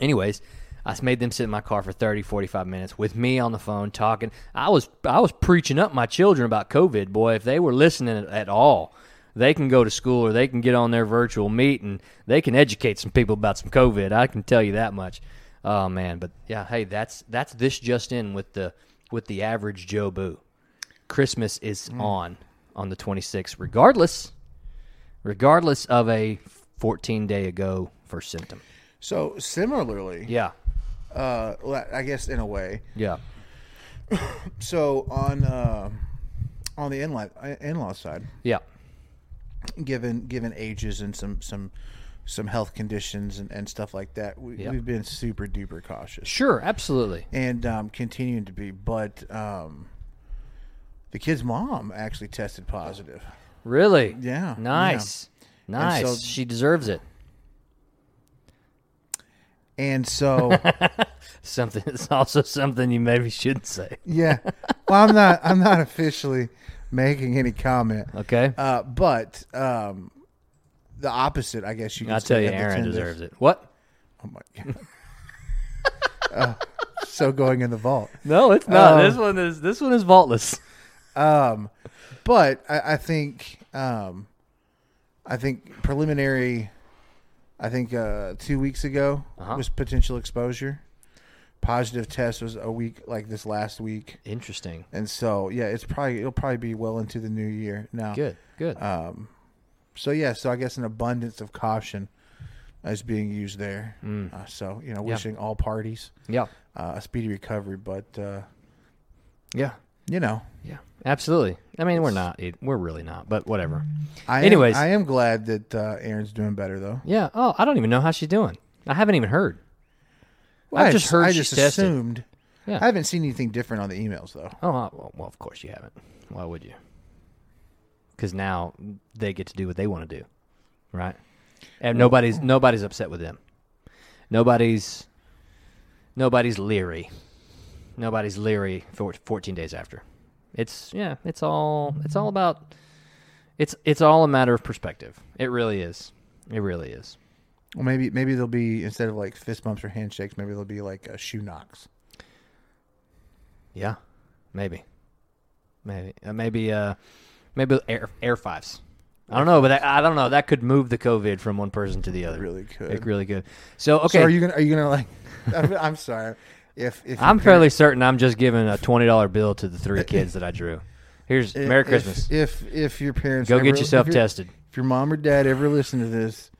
S2: anyways i made them sit in my car for 30 45 minutes with me on the phone talking i was i was preaching up my children about covid boy if they were listening at all They can go to school or they can get on their virtual meet and they can educate some people about some COVID. I can tell you that much. Oh man, but yeah, hey, that's that's this just in with the with the average Joe Boo. Christmas is on on the 26th, regardless, regardless of a 14 day ago first symptom.
S1: So similarly,
S2: Yeah,
S1: uh, well, I guess in a way.
S2: yeah,
S1: So on uh, on the in-law in-law side,
S2: yeah,
S1: given given ages and some some some health conditions and, and stuff like that, we,
S2: Yeah.
S1: we've been super duper cautious
S2: sure, absolutely.
S1: and um, continuing to be. But um, the kid's mom actually tested positive.
S2: Really?
S1: Yeah,
S2: Nice. Nice.
S1: And so-
S2: she deserves it.
S1: And so,
S2: Something it's also something you maybe shouldn't say.
S1: yeah. Well, I'm not. I'm not officially making any comment.
S2: Okay.
S1: Uh, but um, the opposite, I guess you. Can
S2: I'll
S1: say
S2: tell you
S1: of the
S2: Aaron
S1: tenders-
S2: deserves it. What?
S1: Oh my god. Uh, so going in the vault,
S2: No, it's not.
S1: Um,
S2: this one is this one is vaultless.
S1: but I, I think um, I think preliminary. I think uh, two weeks ago
S2: Uh-huh.
S1: was potential exposure. Positive test was a week like this last week,
S2: Interesting.
S1: and so yeah, it's probably it'll probably be well into the new year now.
S2: Good. Good.
S1: Uh, So yeah, so I guess an abundance of caution is being used there.
S2: Mm.
S1: Uh, so you know, wishing all parties
S2: yeah.
S1: uh, a speedy recovery, but uh,
S2: Yeah.
S1: you know,
S2: Yeah. Absolutely. I mean, we're not. it- We're really not. But whatever.
S1: I
S2: Anyways.
S1: am, I am glad that uh, Aaron's doing better though.
S2: Yeah. Oh, I don't even know how she's doing. I haven't even heard.
S1: Well,
S2: I've just heard
S1: I
S2: she's
S1: just
S2: tested.
S1: assumed.
S2: Yeah.
S1: I haven't seen anything different on the emails though.
S2: Oh, uh, well, well, of course you haven't. Why would you? Because now they get to do what they want to do, right? And nobody's nobody's upset with them. Nobody's nobody's leery. Nobody's leery for 14 days after. It's yeah, it's all it's all about it's it's all a matter of perspective. It really is. It really is.
S1: Well, maybe maybe there'll be instead of like fist bumps or handshakes, maybe there'll be like uh, shoe knocks.
S2: Yeah, maybe, maybe, uh, maybe, uh, maybe air air fives. I don't know, but that, I don't know. That could move the COVID from one person to the other.
S1: really could.
S2: It really could. So okay,
S1: So are you gonna are you gonna like? I'm, I'm sorry. If if your
S2: I'm
S1: parents-
S2: fairly certain I'm just giving a twenty dollar bill to the three kids that I drew. Here's
S1: if-
S2: Merry
S1: if-
S2: Christmas.
S1: If if, your parents
S2: Go
S1: ever-
S2: get yourself
S1: if your-
S2: tested.
S1: If your mom or dad ever listen to this,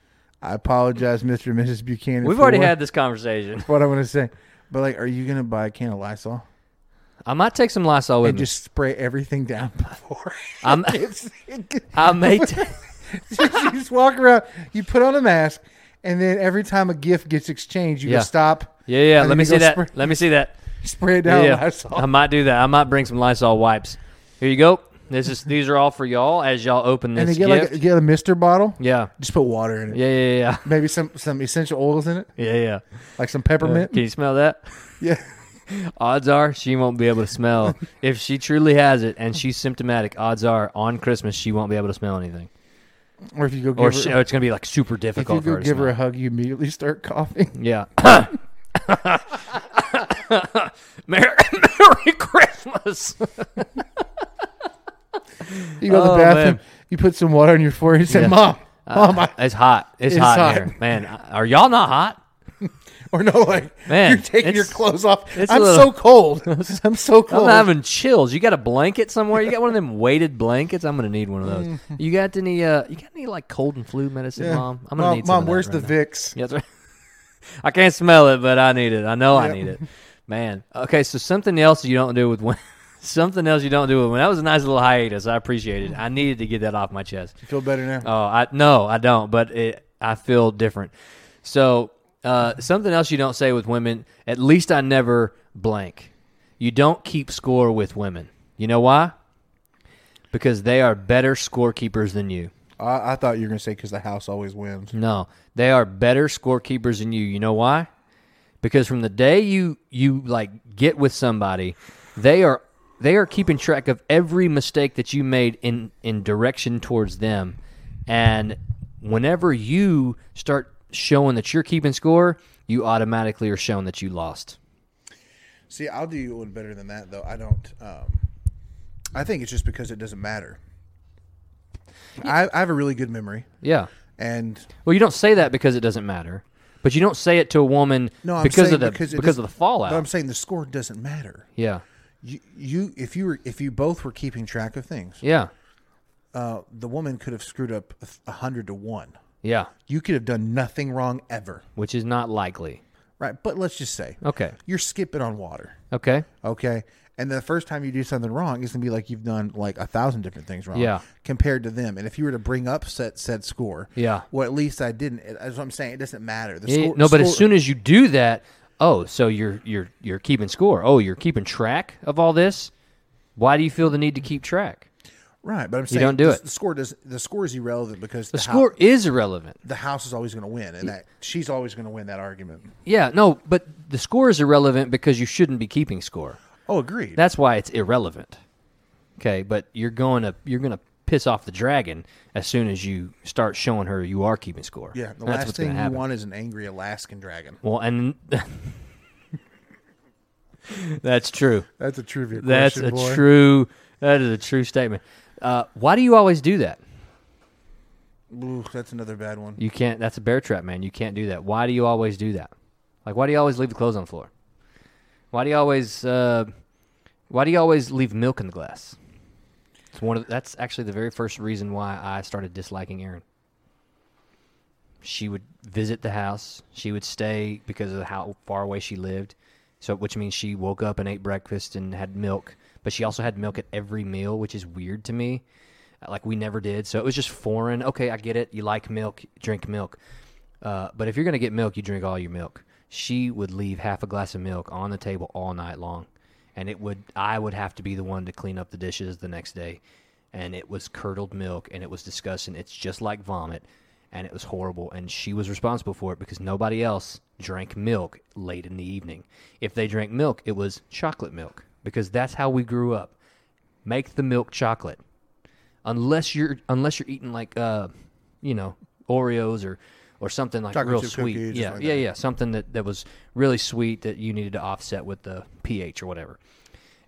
S1: I apologize, Mister and Mrs. Buchanan.
S2: We've
S1: for
S2: already
S1: what-
S2: had this conversation.
S1: what I want to say. But like, are you gonna buy a can of Lysol
S2: I might take some Lysol with
S1: and
S2: me.
S1: just spray everything down before?
S2: I'm,
S1: it's, it,
S2: I may. T-
S1: you just walk around. You put on a mask, and then every time a gift gets exchanged, you
S2: Yeah.
S1: just stop.
S2: yeah, yeah.
S1: and
S2: Let
S1: then
S2: me
S1: you
S2: see
S1: go
S2: that.
S1: Spray,
S2: Let me see that.
S1: spray it down
S2: yeah,
S1: Lysol.
S2: I might do that. I might bring some Lysol wipes. Here you go. This is these are all for y'all as y'all open
S1: and
S2: this
S1: then get
S2: gift.
S1: like a, get a Mister bottle.
S2: yeah.
S1: Just put water in it.
S2: Yeah, yeah, yeah,
S1: Maybe some some essential oils in it,
S2: yeah, yeah.
S1: like some
S2: yeah.
S1: peppermint.
S2: Can you smell that?
S1: Yeah.
S2: Odds are she won't be able to smell. if she truly has it and she's symptomatic, odds are on Christmas she won't be able to smell anything,
S1: Or if you go give
S2: or, uh,
S1: her,
S2: she, or it's gonna be like super
S1: if you
S2: difficult for
S1: go
S2: her. To
S1: give her a
S2: smell.
S1: hug, you immediately start coughing.
S2: Yeah. Merry, Merry Christmas.
S1: You go to
S2: Oh,
S1: the bathroom,
S2: man.
S1: you put some water on your forehead, you say,
S2: Yeah. Uh,
S1: "Mom, mom," I,
S2: It's hot. It's,
S1: Oh It's
S2: hot,
S1: hot.
S2: in here, man. Are y'all not hot?
S1: or no, like
S2: Man,
S1: you're taking your
S2: it's-
S1: clothes off.
S2: it's a
S1: I'm so
S2: little-
S1: cold. I'm so cold.
S2: I'm having chills. You got a blanket somewhere? You got one of them weighted blankets? I'm gonna need one of those. You got any? Uh, you got any like cold and flu medicine,
S1: Mm. Yeah.
S2: mom? I'm gonna
S1: mom,
S2: need. Some
S1: mom
S2: of that
S1: where's the
S2: right now.
S1: Vicks?
S2: Yeah, that's right. I can't smell it, but I need it. I know I
S1: Yep.
S2: need it, man. Okay, so something else you don't do with when something else you don't do with when that was a nice little hiatus. I appreciate
S1: Mm.
S2: it. I needed to get that off my chest.
S1: You feel better now?
S2: Oh, I no, I don't. But it, I feel different. So uh, something else you don't say with women. At least I never blank. You don't keep score with women. You know why? Because they are better scorekeepers than Uh, you.
S1: I, I thought you were gonna say because the house always wins.
S2: No, they are better scorekeepers than you. You know why? Because from the day you you like get with somebody, they are they are keeping track of every mistake that you made in in direction towards them. And whenever you start showing that you're keeping score, you automatically are shown that you lost.
S1: See, I'll do you one better than that though. I don't. Um, I think it's just because it doesn't matter. I, I have a really good memory,
S2: Yeah.
S1: and
S2: Well, you don't say that because it doesn't matter, but you don't say it to a woman
S1: no, I'm
S2: because
S1: saying
S2: of the
S1: because,
S2: because,
S1: it
S2: of the
S1: doesn't-
S2: fallout.
S1: But I'm saying the score doesn't matter.
S2: yeah.
S1: You, you if you were if you both were keeping track of things,
S2: Yeah.
S1: uh, the woman could have screwed up a th- a hundred to one.
S2: Yeah.
S1: You could have done nothing wrong ever,
S2: Which is not likely.
S1: right? But let's just say
S2: Okay.
S1: you're skipping on water,
S2: Okay.
S1: okay? And the first time you do something wrong, it's gonna be like you've done like a thousand different things wrong,
S2: Yeah.
S1: compared to them. And if you were to bring up said said score,
S2: Yeah.
S1: well, at least I didn't. It- That's what I'm saying. It doesn't matter. The
S2: Yeah,
S1: score,
S2: Eh, no, but as
S1: score-
S2: soon as you do that, oh, so you're you're you're keeping score. Oh, you're keeping track of all this. Why do you feel the need to keep track?
S1: right? But I'm saying
S2: don't do
S1: the,
S2: it.
S1: The score does. The score is irrelevant because
S2: The
S1: the, hou-
S2: score is irrelevant.
S1: the house is always going to win, and that she's always going to win that argument.
S2: Yeah, no, but the score is irrelevant because you shouldn't be keeping score.
S1: Oh, agreed.
S2: That's why it's irrelevant. Okay, but you're going to you're going to piss off the dragon as soon as you start showing her you are keeping score.
S1: yeah, the
S2: And that's
S1: last
S2: what's gonna
S1: thing you
S2: happen.
S1: want is an angry Alaskan dragon.
S2: Well, and that's true.
S1: That's a trivia.
S2: That's a true. That is a true statement. Uh, why do you always do that?
S1: Ooh, that's another bad one.
S2: You can't. That's a bear trap, man. You can't do that. Why do you always do that? Like, why do you always leave the clothes on the floor? Why do you always? Uh, why do you always leave milk in the glass? It's one of. That's actually the very first reason why I started disliking Erin. She would visit the house. She would stay because of how far away she lived. So, which means she woke up and ate breakfast and had milk. But she also had milk at every meal, which is weird to me Uh, like we never did. So it was just foreign. Okay, I get it. You like milk, drink milk. Uh, but if you're gonna get milk, you drink all your milk. She would leave half a glass of milk on the table all night long, and it would. I would have to be the one to clean up the dishes the next day, and it was curdled milk, and it was disgusting. It's just like vomit, and it was horrible. And she was responsible for it because nobody else drank milk late in the evening. If they drank milk, it was chocolate milk because that's how we grew up. Make the milk chocolate unless you're unless you're eating like uh you know Oreos or or something like
S1: Chocolate
S2: real
S1: chip
S2: sweet.
S1: cookies or
S2: yeah,
S1: something like
S2: yeah,
S1: that.
S2: yeah, something that that was really sweet that you needed to offset with the pH or whatever.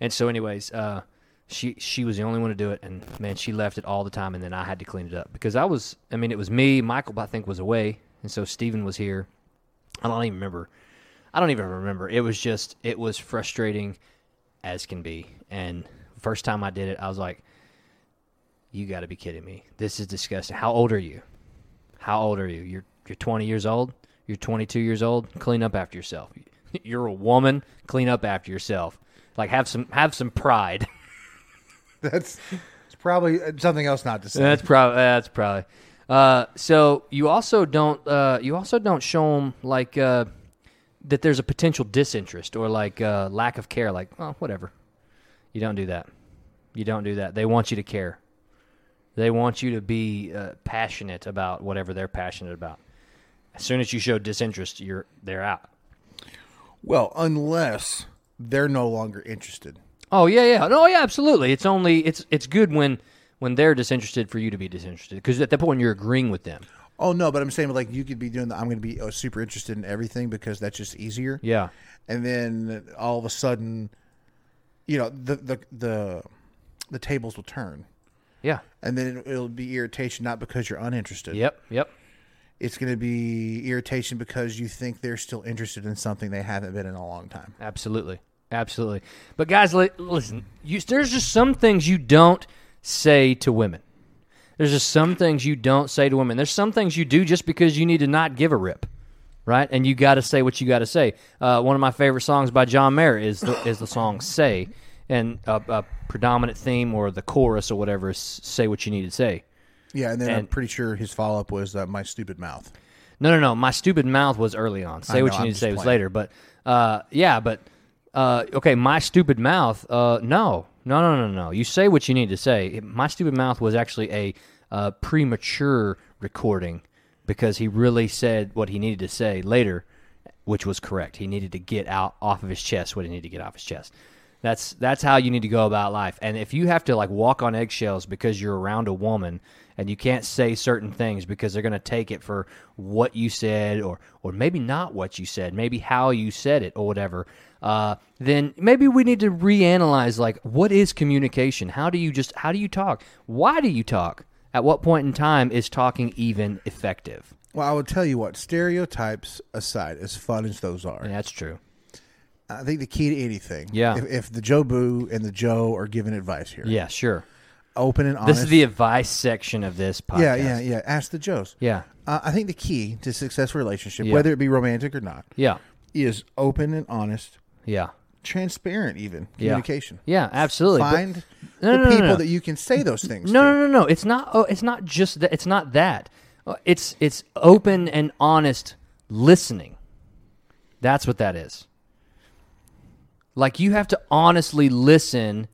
S2: And so anyways, uh she she was the only one to do it and man, she left it all the time and then I had to clean it up because I was I mean it was me, Michael I think was away and so Steven was here. I don't even remember. I don't even remember. It was just it was frustrating as can be. And first time I did it, I was like, you got to be kidding me. This is disgusting. How old are you? How old are you? You're you're 20 years old. You're 22 years old. Clean up after yourself. You're a woman. Clean up after yourself. Like have some have some pride.
S1: That's it's probably uh, something else not to say.
S2: that's probably that's probably. Uh, so you also don't uh, you also don't show them like uh, that there's a potential disinterest or like uh, lack of care. Like oh whatever, you don't do that. You don't do that. They want you to care. They want you to be uh, passionate about whatever they're passionate about. As soon as you show disinterest, you're they're out.
S1: well, unless they're no longer interested.
S2: Oh yeah, yeah. No, yeah, absolutely. It's only it's it's good when when they're disinterested for you to be disinterested because at that point you're agreeing with them.
S1: Oh no, but I'm saying like you could be doing the I'm going to be oh, super interested in everything because that's just easier.
S2: Yeah.
S1: and then all of a sudden, you know, the the the the tables will turn,
S2: Yeah.
S1: and then it'll be irritation not because you're uninterested.
S2: Yep. Yep.
S1: It's going to be irritation because you think they're still interested in something they haven't been in a long time.
S2: Absolutely. Absolutely. But guys, li- listen, you, there's just some things you don't say to women. There's just some things you don't say to women. There's some things you do just because you need to not give a rip, right? And you got to say what you got to say. Uh, one of my favorite songs by John Mayer is the, is the song "Say," and a, a predominant theme or the chorus or whatever is "Say what you need to say."
S1: Yeah, and then I'm
S2: And-
S1: pretty sure his follow up was uh, my stupid mouth.
S2: No, no, no. My stupid mouth was early on. Say
S1: I
S2: what
S1: know,
S2: you
S1: I'm
S2: need to
S1: just
S2: say was
S1: playing.
S2: later. But uh, yeah, but uh, okay. My stupid mouth. Uh, no, no, no, no, no. You say what you need to say. It- my stupid mouth was actually a uh, premature recording because he really said what he needed to say later, which was correct. He needed to get out off of his chest what he needed to get off his chest. That's that's how you need to go about life. And if you have to like walk on eggshells because you're around a woman and you can't say certain things because they're going to take it for what you said or or maybe not what you said, maybe how you said it or whatever, uh, then maybe we need to reanalyze like what is communication? How do you just how do you talk? Why do you talk? At what point in time is talking even effective?
S1: Well, I will tell you what, stereotypes aside, as fun as those are,
S2: And that's true.
S1: I think the key to anything,
S2: Yeah.
S1: if, if the Joe Boo and the Joe are giving advice here,
S2: Yeah, sure.
S1: open and honest.
S2: This is the advice section of this podcast.
S1: yeah, yeah, yeah. Ask the Joes.
S2: Yeah.
S1: Uh, I think the key to successful relationship,
S2: Yeah.
S1: whether it be romantic or not,
S2: Yeah.
S1: is open and honest,
S2: Yeah.
S1: transparent, even
S2: Yeah.
S1: communication.
S2: Yeah, absolutely. But-
S1: Find
S2: No,
S1: the
S2: no, no, no,
S1: people
S2: no.
S1: that you can say those things.
S2: No,
S1: to.
S2: no, no, no. It's not. Oh, it's not just that. It's not that. Uh, It's it's open and honest listening. That's what that is. Like you have to honestly listen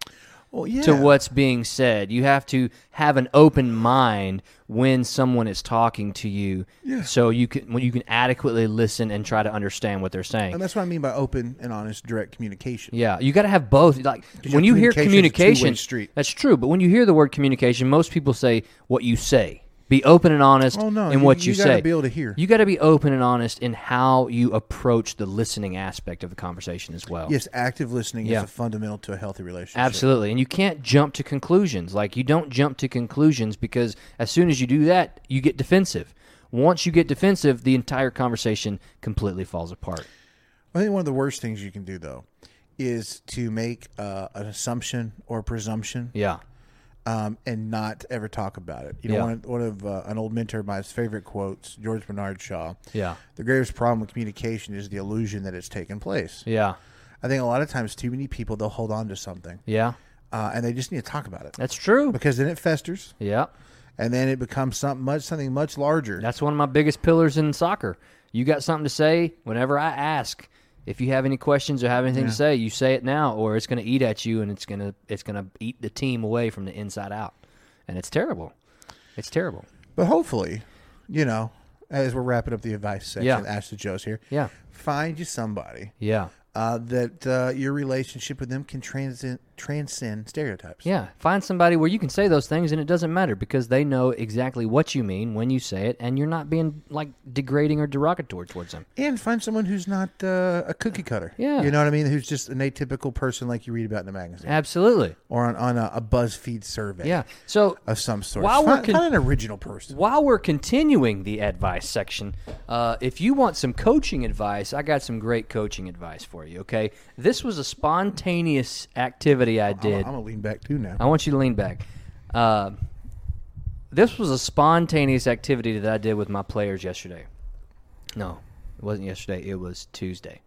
S1: Well, yeah.
S2: to what's being said. You have to have an open mind when someone is talking to you,
S1: Yeah.
S2: so you can when you can adequately listen and try to understand what they're saying.
S1: And that's what I mean by open and honest, direct communication.
S2: Yeah, you got to have both. Like when
S1: your
S2: you hear
S1: communication's a two-way
S2: communication,
S1: street.
S2: that's true. But when you hear the word communication, most people say what you say. Be open and honest
S1: Oh, no,
S2: in
S1: you-
S2: what you,
S1: you gotta
S2: say.
S1: be able to hear.
S2: You got to be open and honest in how you approach the listening aspect of the conversation as well.
S1: Yes, active listening
S2: Yeah.
S1: is a fundamental to a healthy relationship.
S2: Absolutely. And you can't jump to conclusions. Like, you don't jump to conclusions because as soon as you do that, you get defensive. Once you get defensive, the entire conversation completely falls apart.
S1: I think one of the worst things you can do, though, is to make uh, an assumption or presumption
S2: Yeah.
S1: um, and not ever talk about it. You know,
S2: Yeah.
S1: one of, one of uh, an old mentor of my favorite quotes, George Bernard Shaw.
S2: Yeah.
S1: The greatest problem with communication is the illusion that it's taken place.
S2: Yeah.
S1: I think a lot of times too many people they'll hold on to something
S2: Yeah.
S1: uh, and they just need to talk about it
S2: That's true.
S1: because then it festers
S2: Yeah.
S1: and then it becomes something much something much larger.
S2: That's one of my biggest pillars in soccer. You got something to say whenever I ask. If you have any questions or have anything to say, you say it now, or it's going to eat at you, and it's going to it's going to eat the team away from the inside out, and it's terrible. It's terrible.
S1: But hopefully, you know, as we're wrapping up the advice section,
S2: Yeah.
S1: ask the Joes here.
S2: Yeah.
S1: find you somebody
S2: Yeah,
S1: uh, that uh, your relationship with them can transcend transcend stereotypes.
S2: yeah. Find somebody where you can say those things, and it doesn't matter because they know exactly what you mean when you say it, and you're not being like degrading or derogatory towards them.
S1: And find someone who's not uh, a cookie cutter.
S2: Yeah.
S1: You know what I mean? Who's just an atypical person like you read about in a magazine
S2: Absolutely.
S1: or on, on a, a BuzzFeed survey
S2: Yeah. So
S1: of some sort.
S2: While we're
S1: find,
S2: con-
S1: find an original person.
S2: While we're continuing the advice section, uh, if you want some coaching advice, I got some great coaching advice for you, okay? This was a spontaneous activity I
S1: I'm
S2: did.
S1: going to lean back too now.
S2: I want you to lean back. Uh, this was a spontaneous activity that I did with my players yesterday. No, it wasn't yesterday. It was Tuesday.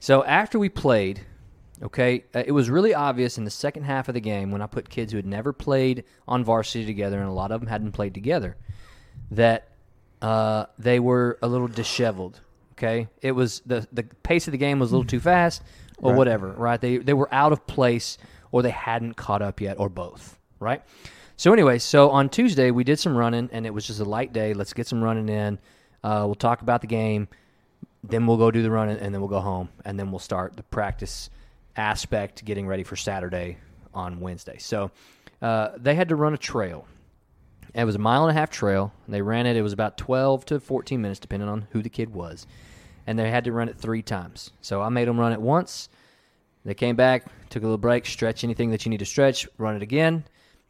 S2: So after we played, okay, uh, it was really obvious in the second half of the game when I put kids who had never played on varsity together, and a lot of them hadn't played together, that uh, they were a little disheveled. Okay, it was the the pace of the game was a little too fast, or whatever. Right? They they were out of place, or they hadn't caught up yet, or both. Right? So anyway, so on Tuesday we did some running, and it was just a light day. Let's get some running in. Uh, we'll talk about the game then we'll go do the run and then we'll go home and then we'll start the practice aspect getting ready for saturday on wednesday so uh, they had to run a trail and it was a mile and a half trail and they ran it it was about 12 to 14 minutes depending on who the kid was and they had to run it three times so i made them run it once they came back, took a little break, stretch anything that you need to stretch, run it again.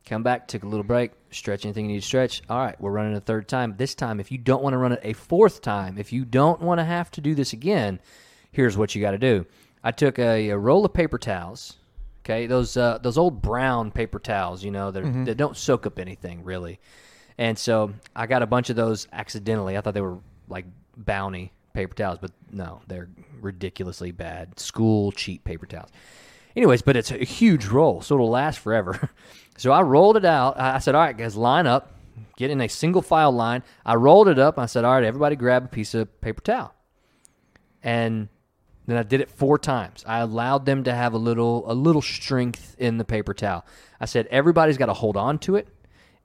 S2: Come back, took a little break, stretch anything you need to stretch. All right, we're running a third time. This time, if you don't want to run it a fourth time, if you don't want to have to do this again, here's what you got to do. I took a, a roll of paper towels. Okay, those uh, those old brown paper towels, you know, they're, they don't soak up anything really. And so I got a bunch of those accidentally. I thought they were like bounty paper towels, but no, they're ridiculously bad school cheap paper towels. Anyways, but it's a huge roll, so it'll last forever. so I rolled it out. I I said, "All right, guys, line up, get in a single file line." I rolled it up. I said, "All right, everybody, grab a piece of paper towel." and then I did it four times. I allowed them to have a little a little strength in the paper towel. I said everybody's got to hold on to it.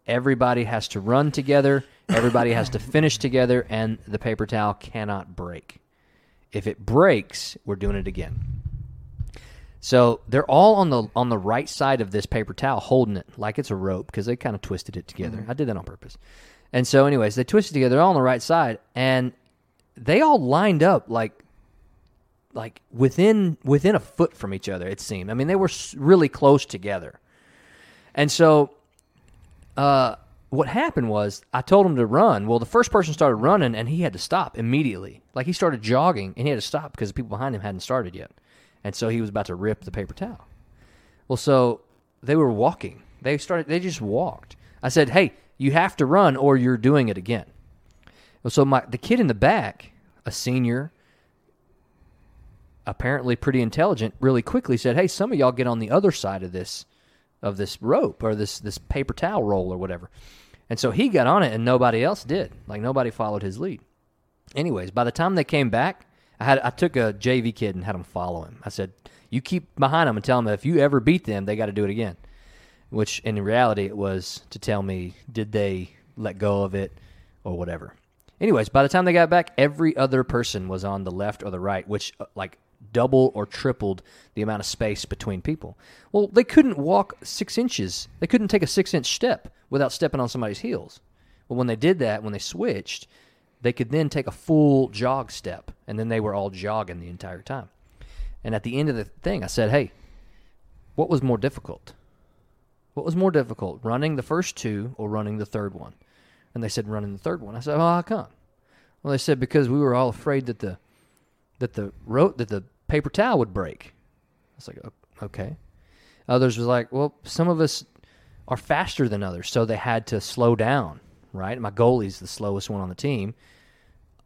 S2: Everybody has to run together. Everybody has to finish together, and the paper towel cannot break. If it breaks, we're doing it again. So they're all on the on the right side of this paper towel, holding it like it's a rope because they kind of twisted it together. I did that on purpose. And so, anyways, they twisted together they're all on the right side, and they all lined up like like within within a foot from each other. It seemed. I mean, they were s- really close together, and so uh, what happened was I told him to run. Well, the first person started running and he had to stop immediately. Like he started jogging and he had to stop because the people behind him hadn't started yet. And so he was about to rip the paper towel. Well, so they were walking. They started they just walked. I said, "Hey, you have to run or you're doing it again." Well, so my the kid in the back, a senior, apparently pretty intelligent, really quickly said, "Hey, some of y'all get on the other side of this of this rope or this this paper towel roll or whatever." And so he got on it, and nobody else did. Like nobody followed his lead. Anyways, by the time they came back, I had I took a JV kid and had him follow him. I said, "You keep behind them and tell them if you ever beat them, they got to do it again." Which in reality it was to tell me did they let go of it or whatever. Anyways, by the time they got back, every other person was on the left or the right, which uh, like double or tripled the amount of space between people. Well, they couldn't walk six inches. They couldn't take a six inch step without stepping on somebody's heels. Well, when they did that, when they switched, they could then take a full jog step, and then they were all jogging the entire time. And at the end of the thing, I said, Hey, what was more difficult? What was more difficult, running the first two or running the third one? And they said, running the third one. I said, well, how come? Well, they said because we were all afraid that the that the rope that the paper towel would break. I was like, "O- okay. Others was like, well, some of us are faster than others, so they had to slow down. Right, my goalie's the slowest one on the team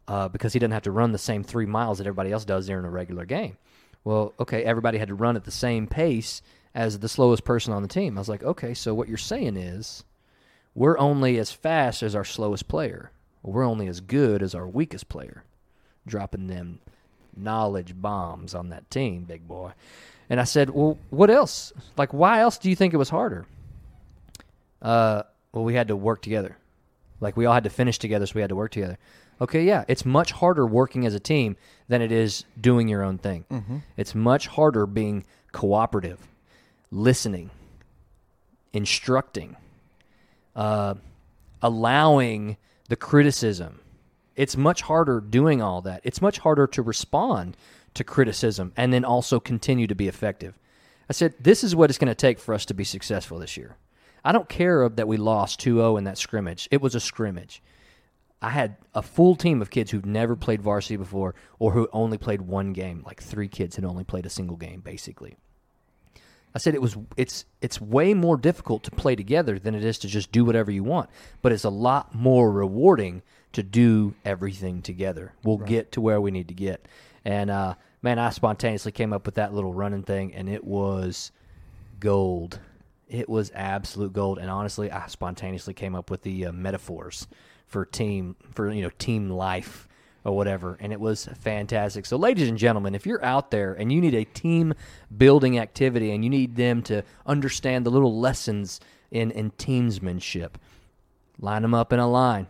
S2: uh, because he doesn't have to run the same three miles that everybody else does during a regular game. Well, okay, everybody had to run at the same pace as the slowest person on the team. I was like, okay, so what you're saying is we're only as fast as our slowest player. We're only as good as our weakest player. Dropping them knowledge bombs on that team, big boy. And I said, well, what else? Like, why else do you think it was harder? Uh, well, we had to work together. Like, we all had to finish together, so we had to work together. Okay, yeah, it's much harder working as a team than it is doing your own thing. It's much harder being cooperative, listening, instructing, uh, allowing the criticism. It's much harder doing all that. It's much harder to respond to criticism and then also continue to be effective. I said, this is what it's going to take for us to be successful this year. I don't care that we lost 2 0 in that scrimmage. It was a scrimmage. I had a full team of kids who'd never played varsity before or who only played one game. Like three kids had only played a single game, basically. I said it was it's it's way more difficult to play together than it is to just do whatever you want, but it's a lot more rewarding to do everything together. We'll get to where we need to get. And uh, man, I spontaneously came up with that little running thing, and it was gold. It was absolute gold. And honestly, I spontaneously came up with the uh, metaphors for team for you know team life or whatever, and it was fantastic. So, ladies and gentlemen, if you're out there and you need a team building activity and you need them to understand the little lessons in in teamsmanship, line them up in a line.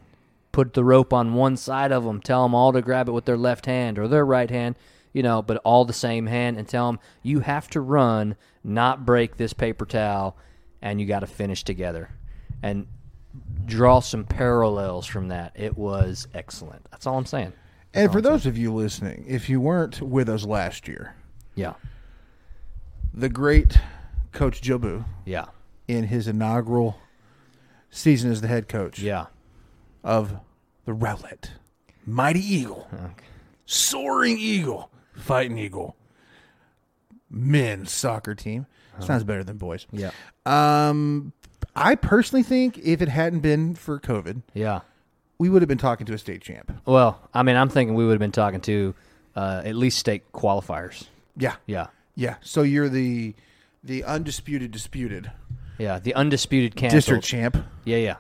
S2: Put the rope on one side of them. Tell them all to grab it with their left hand or their right hand, you know, but all the same hand. And tell them you have to run, not break this paper towel, and you got to finish together. And draw some parallels from that. It was excellent. That's all I'm saying.
S1: And for those of you listening, if you weren't with us last year,
S2: Yeah,
S1: the great Coach Jobu
S2: yeah,
S1: in his inaugural season as the head coach
S2: yeah.
S1: of the Rowlett, Mighty Eagle, Soaring Eagle, Fighting Eagle, men's soccer team. Sounds better than boys.
S2: Yeah.
S1: Um, I personally think if it hadn't been for COVID,
S2: Yeah.
S1: we would have been talking to a state champ.
S2: Well, I mean, I'm thinking we would have been talking to uh, at least state qualifiers.
S1: Yeah.
S2: Yeah,
S1: Yeah. So you're the the undisputed disputed
S2: yeah. The undisputed canceled.
S1: district champ.
S2: Yeah, yeah,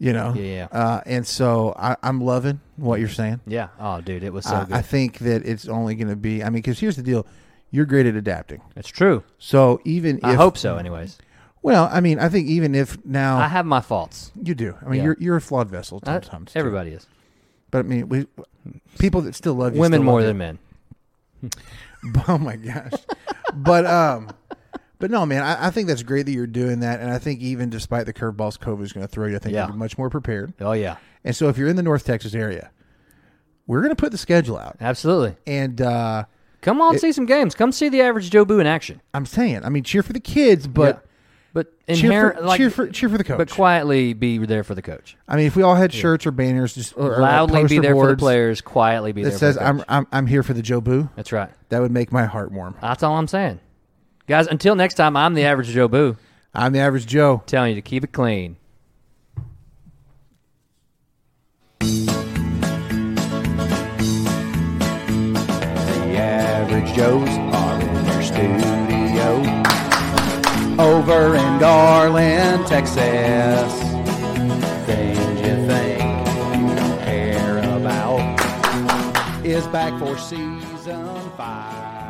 S1: You know.
S2: Yeah, yeah.
S1: Uh, and so I, I'm loving what you're saying.
S2: yeah. Oh, dude, it was so
S1: I,
S2: good.
S1: Uh, I think that it's only going to be. I mean, because here's the deal: you're great at adapting.
S2: it's true.
S1: So even if,
S2: I hope so. Anyways,
S1: Well, I mean, I think even if now
S2: I have my faults.
S1: you do. I mean,
S2: Yeah.
S1: you're you're a flawed vessel
S2: I-
S1: sometimes. too.
S2: everybody is.
S1: But I mean, we people that still love you.
S2: Women
S1: still
S2: more
S1: love
S2: than men.
S1: you. Oh my gosh. but um, but no, man. I, I think that's great that you're doing that, and I think even despite the curveballs COVID is going to throw you, I think
S2: Yeah.
S1: you're much more prepared.
S2: Oh yeah,
S1: And so, if you're in the North Texas area, we're going to put the schedule out.
S2: absolutely.
S1: And uh,
S2: Come on, see some games. Come see the average Joe Boo in action.
S1: I'm saying, I mean, cheer for the kids, but
S2: But
S1: cheer,
S2: inherent,
S1: for,
S2: like,
S1: cheer for cheer for the coach.
S2: but quietly be there for the coach.
S1: I mean, if we all had shirts or banners, just or, or
S2: Loudly be
S1: poster
S2: there for the
S1: boards
S2: players. Quietly be
S1: that
S2: there.
S1: says
S2: for the coach.
S1: I'm, I'm I'm here for the Joe Boo,
S2: That's right.
S1: that would make my heart warm.
S2: That's all I'm saying, guys. Until next time, I'm the average Joe Boo,
S1: I'm the average Joe.
S2: telling you to keep it clean.
S3: The average Joes are in their studio over in Garland, Texas. Things you think you don't care about is back for season five.